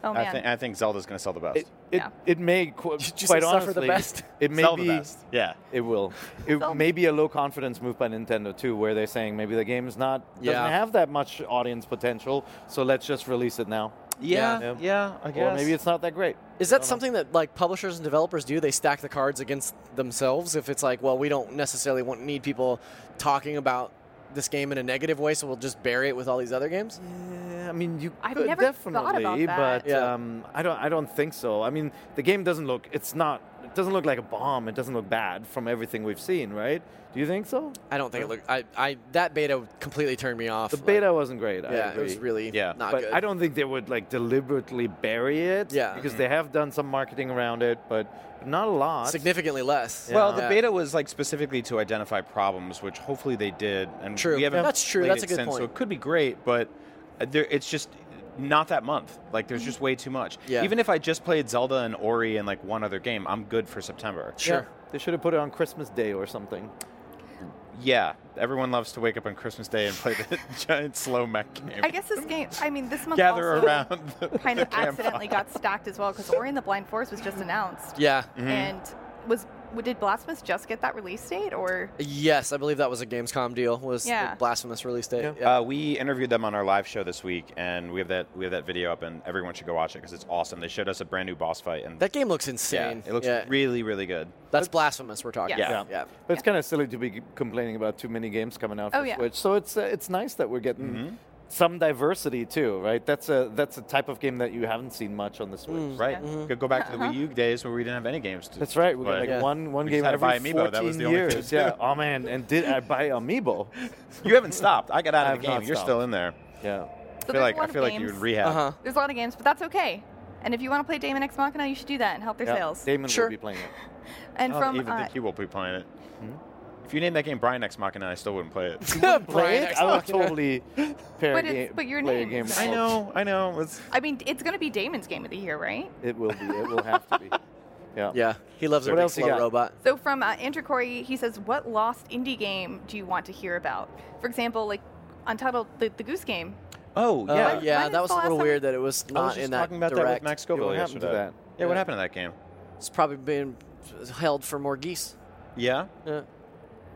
Oh man, I think I think Zelda's gonna sell the best. It it, Yeah. it may qu- Did you quite say honestly. suffer the best? It may sell be. the best. Yeah. It will. It may be a low confidence move by Nintendo too, where they're saying maybe the game's not Yeah. doesn't have that much audience potential, so let's just release it now. Yeah, Yeah. I Or maybe it's not that great. Is that something that like publishers and developers do? They stack the cards against themselves. If it's like, well, we don't necessarily want need people talking about this game in a negative way, so we'll just bury it with all these other games. Yeah, I mean, you I've could never thought definitely, about that. but Yeah. um, I don't. I don't think so. I mean, the game doesn't look. It's not. It doesn't look like a bomb. It doesn't look bad from everything we've seen, right? Do you think so? I don't think it looked. I, I that beta completely turned me off. The Like, beta wasn't great. I yeah, it agree. was really Yeah. not but good. I don't think they would like deliberately bury it. Yeah. Because they have done some marketing around it, but not a lot. significantly less. Well, the Yeah. beta was like specifically to identify problems, which hopefully they did. And True. we haven't That's true. played That's a it good since, So point. it could be great, but uh, there, it's just not that month. Like, Mm-hmm. there's just way too much. Yeah. Even if I just played Zelda and Ori and like one other game, I'm good for September. Yeah, sure. They should have put it on Christmas Day or something. Yeah. Everyone loves to wake up on Christmas Day and play the giant slow mech game. I guess this game. I mean, this month Gather also around. The, kind the of campfire. Mm-hmm. accidentally got stacked as well because Ori and the Blind Forest was just announced, Yeah. and was w- did Blasphemous just get that release date or? Yes, I believe that was a Gamescom deal. Was Yeah. the blasphemous release date? Yeah. Uh, we interviewed them on our live show this week, and we have that we have that video up, and everyone should go watch it because it's awesome. They showed us a brand new boss fight, and That game looks yeah, insane. it looks Yeah. really really good. That's blasphemous. We're talking. Yes. about. Yeah. Yeah. But it's kind of silly to be g- complaining about too many games coming out for Oh, yeah. Switch. So it's uh, it's nice that we're getting some diversity too, right? That's a that's a type of game that you haven't seen much on the Switch. Right, Go- go back to the Wii U days where we didn't have any games. To That's right. We got play. like Yeah. one one We game just had to every buy Amiibo, 14 that was the only years. thing. yeah. Oh man, and did I buy Amiibo? You haven't stopped. I got out I of the have game. not You're stopped. still in there. So Yeah. I feel there's like a lot I of feel like games. you're in rehab. Uh huh. There's a lot of games, but that's okay. And if you want to play Damon X Machina, you should do that and help their yeah. sales. Damon Sure. will be playing it. and I don't from even uh, think you will be playing it. If you named that game Brian X Machina, I still wouldn't play it. Oh, Brian play it, X I would Machina. totally pair But a it's- game. but your play a name game is I I called- know, I know. It's I mean, it's going to be Damon's game of the year, right? It will be. It will have to be. Yeah. Yeah. He loves a What big else you slow got? robot. So from uh, Andrew Corey, he says, "What lost indie game do you want to hear about? For example, like Untitled, the, the Goose Game. oh Uh, yeah. why yeah, did that it was fall a out little so weird that it was I not was just in that talking about direct. that with Max Yeah, Scoville what happened to yesterday. that? Yeah, Yeah. what happened to that game? It's probably being held for more geese. Yeah. Yeah.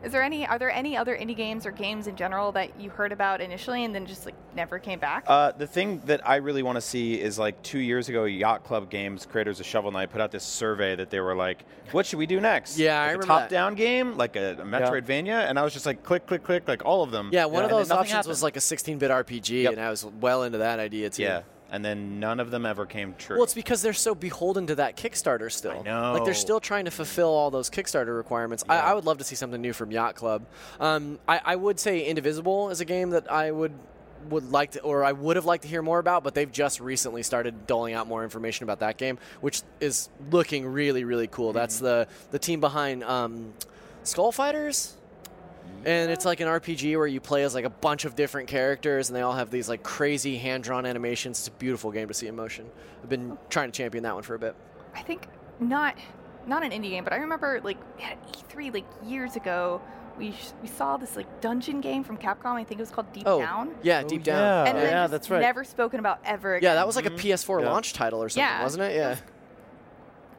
Is there any? Are there any other indie games or games in general that you heard about initially and then just like never came back? Uh, the thing that I really want to see is like two years ago, Yacht Club Games, creators of Shovel Knight, put out this survey that they were like, "What should we do next? Yeah, I like remember a that. top-down game, like a, a Metroidvania." And I was just like, "Click, click, click!" Like all of them. Yeah, one of And then those nothing options happened. was like a 16-bit RPG, Yep. and I was well into that idea too. Yeah, and then none of them ever came true. Well, it's because they're so beholden to that Kickstarter still. I Like know. they're still trying to fulfill all those Kickstarter requirements. I, I would love to see something new from Yacht Club. Um, I, I would say Indivisible is a game that I would would like to, or I would have liked to hear more about, but they've just recently started doling out more information about that game, which is looking really, really cool. Mm-hmm. That's the the team behind um, Skull Fighters. And it's like an RPG where you play as like a bunch of different characters, and they all have these like crazy hand-drawn animations. It's a beautiful game to see in motion. I've been trying to champion that one for a bit. I think not not an indie game, but I remember like at E3 like years ago, we sh- we saw this like dungeon game from Capcom. I think it was called Deep Oh, Down. yeah, deep down. And then yeah, just that's right. never spoken about ever again. Yeah, that was like a PS4 Yeah. launch title or something, Yeah. wasn't it? Yeah.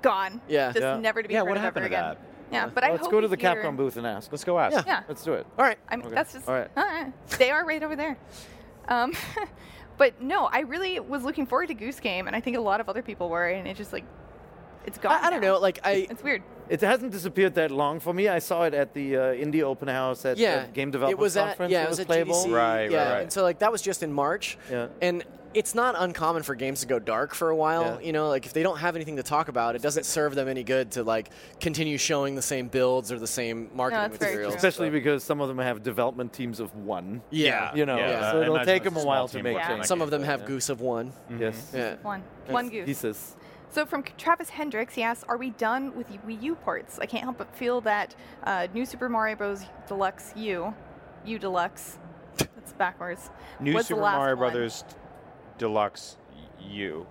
gone. Yeah. Just Yeah. never to be Yeah, heard what of happened ever to again. Yeah, but I Let's hope go we to the hear- Capcom booth and ask. Let's go ask. Yeah. Yeah. Let's do it. All right. I mean, Okay. that's just All right. uh, they are right over there. Um, but no, I really was looking forward to Goose Game, and I think a lot of other people were, and it just like it's gone. I, I don't now. know. Like I. It's weird. It hasn't disappeared that long for me. I saw it at the uh, indie open house at Yeah, the game development it was at, conference. Yeah, it it was at playable. GDC. Right, yeah. right, right. And so like that was just in March. Yeah. And it's not uncommon for games to go dark for a while. Yeah. You know, like if they don't have anything to talk about, it doesn't serve them any good to like continue showing the same builds or the same marketing that's very materials. true. Especially because some of them have development teams of one. Yeah. You know, Yeah. so I it'll imagine take it's them a small while to team make working Yeah. on like Some of them that, have yeah. goose of one. Mm-hmm. Yes. Yeah. One, one goose. Pieces. So from Travis Hendricks, he asks, "Are we done with Wii U ports? I can't help but feel that uh, New Super Mario Bros. Deluxe U, U Deluxe, that's backwards. New was the Super last Mario one. Brothers Deluxe U.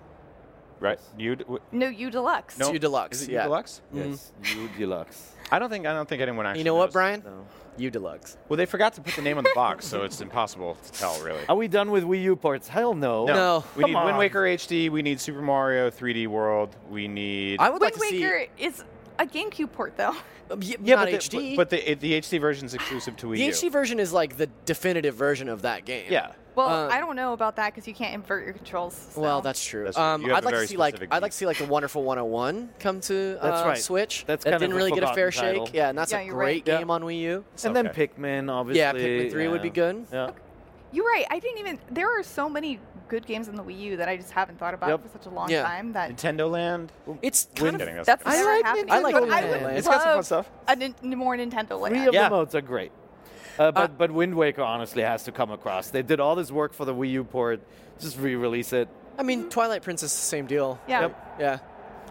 Right? You d- w- No, U Deluxe. It's you deluxe. Is it U yeah. Deluxe? Yes. You deluxe. I don't think I don't think anyone actually You know knows. what, Brian? No. You deluxe. Well, they forgot to put the name on the box, so it's impossible to tell really. Are we done with Wii U ports? Hell no. No. We Come need Wind on. Waker HD, we need Super Mario 3D World, we need I would Wind like Waker is a GameCube port, though. to see. Yeah, Um, not but HD. the, But, but the it- the HD version's exclusive to Wii the U. HD version is like the definitive version of that game. yeah. Well, Um, I don't know about that because you can't invert your controls. so- Well, that's true. That's true. um, You have I'd a like to very see like specific I'd like beat. to see like the Wonderful 101 come to uh, That's right. Switch. That's that kind of didn't a really get a forgotten fair title. shake. Yeah, and that's Yeah, a you're great right. Yeah. game on Wii U. And then Pikmin, obviously. Yeah, Pikmin 3 would be good. Yeah. You're right. I didn't even. There are so many good games on the Wii U that I just haven't thought about Yep. for such a long Yeah. time that Nintendo Land. It's Wind- kind of Getting us that's there. never like happening. I like But Nintendo would Land. It's got some fun love stuff. A nin- more Nintendo Land. Three of Yeah. the modes are great. Uh, but, but Wind Waker honestly has to come across. They did all this work for the Wii U port, just re release it. I mean, Twilight Princess is the same deal. Yeah. Yeah.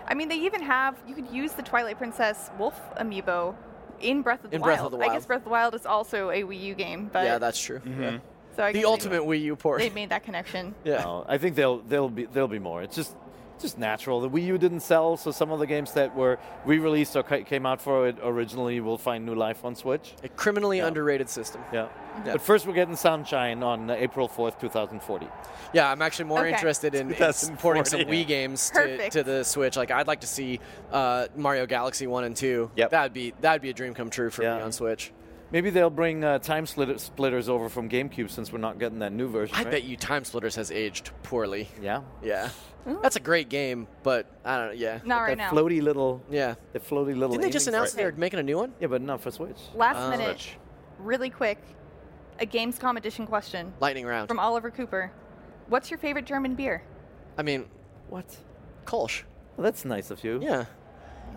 I mean, they even have you could use the Twilight Princess wolf amiibo in Breath of the In Wild. Breath of the I Wild. guess Breath of the Wild is also a Wii U game, but yeah, that's true. Mm-hmm. Yeah. so I guess The they- ultimate Wii U port. They made that connection. yeah. No, I think they'll they'll be there'll be more. It's just just natural. The Wii U didn't sell, so some of the games that were re-released or ca- came out for it originally will find new life on Switch. A criminally underrated system. Yeah. Yeah. But first, we're getting Sunshine on uh, April fourth, two thousand forty. Yeah, I'm actually more Okay. interested in, in 2040, supporting some yeah. Wii games to, Perfect. to the Switch. Like, I'd like to see uh, Mario Galaxy One and Two. Yep. That'd be that'd be a dream come true for me Yeah. on Switch. Maybe they'll bring uh, Time Splitter- Splitters over from GameCube since we're not getting that new version. I right? bet you Time Splitters has aged poorly. Yeah. Yeah. That's a great game, but I don't. Yeah. Not right now. that floaty little. Yeah. The floaty little. Didn't they just aiming- announce they're making a new one? Yeah, but not for Switch. Last Oh. minute, really quick, a Gamescom edition question Lightning round. from Oliver Cooper. What's your favorite German beer? I mean, What? Kolsch. Well, that's nice of you. Yeah.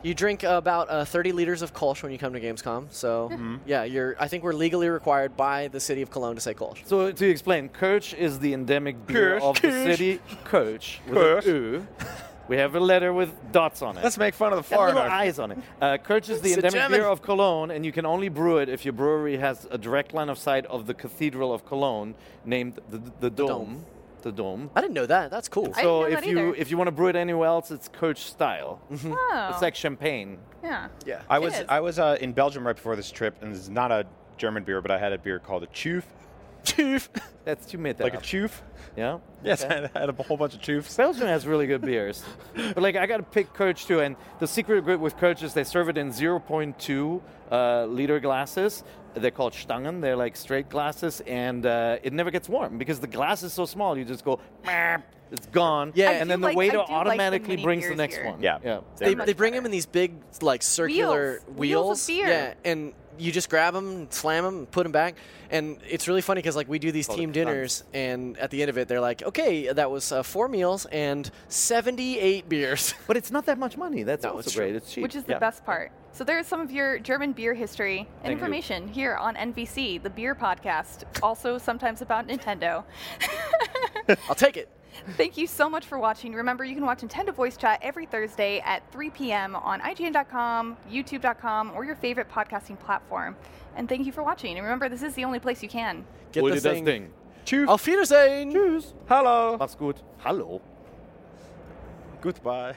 You drink about uh, 30 liters of Kolsch when you come to Gamescom. So, yeah, you're. I think we're legally required by the city of Cologne to say Kolsch. So to explain, Kirch is the endemic beer Kirsch, of the Kirsch. city. Kirch. With Kirsch. a U. We have a letter with dots on it. Let's make fun of the Got little foreigner. eyes on it. Uh, Kirch is the It's a endemic German. beer of Cologne, and you can only brew it if your brewery has a direct line of sight of the Cathedral of Cologne, named the, the, the Dome. Dome. The Dome. I didn't know that. That's cool. I- didn't so know if that you either. if you want to brew it anywhere else, it's Kirch style. Oh, It's like champagne. yeah. yeah. I was Cheers. I was uh, in Belgium right before this trip, and it's not a German beer, but I had a beer called a Choof, That's you made that like a up. Choof. yeah. Yes, I had a whole bunch of Choofs. Belgium has really good beers, but like I gotta pick Kirch too. And the secret grit with Kirch is they serve it in 0.2 uh, liter glasses, They're called Stangen. They're like straight glasses, and uh, it never gets warm because the glass is so small. You just go, "Meep," it's gone. Yeah. I and do then the like- I waiter do like the automatically mini brings the beers next here. one. Yeah. yeah. They, much they bring better. them in these big like circular Wheels. Wheels of beer. Yeah, and you just grab them, slam them, put them back, and it's really funny because like we do these team dinners, and at the end of it, they're like, "Okay, that was uh, four meals and seventy-eight beers." But it's not that much money. That's No, also it's great. true. It's cheap. Which is the Yeah. best part. So there is some of your German beer history and Thank you. information here on NVC, the beer podcast, also sometimes about Nintendo. I'll take it. Thank you so much for watching. Remember, you can watch Nintendo Voice Chat every Thursday at 3 p.m. on IGN.com, YouTube.com, or your favorite podcasting platform. And thank you for watching. And remember, this is the only place you can. Get Hol dir this das thing. Ding. Tschüss. Auf Wiedersehen. Hallo. Mach's gut. Hallo. Goodbye.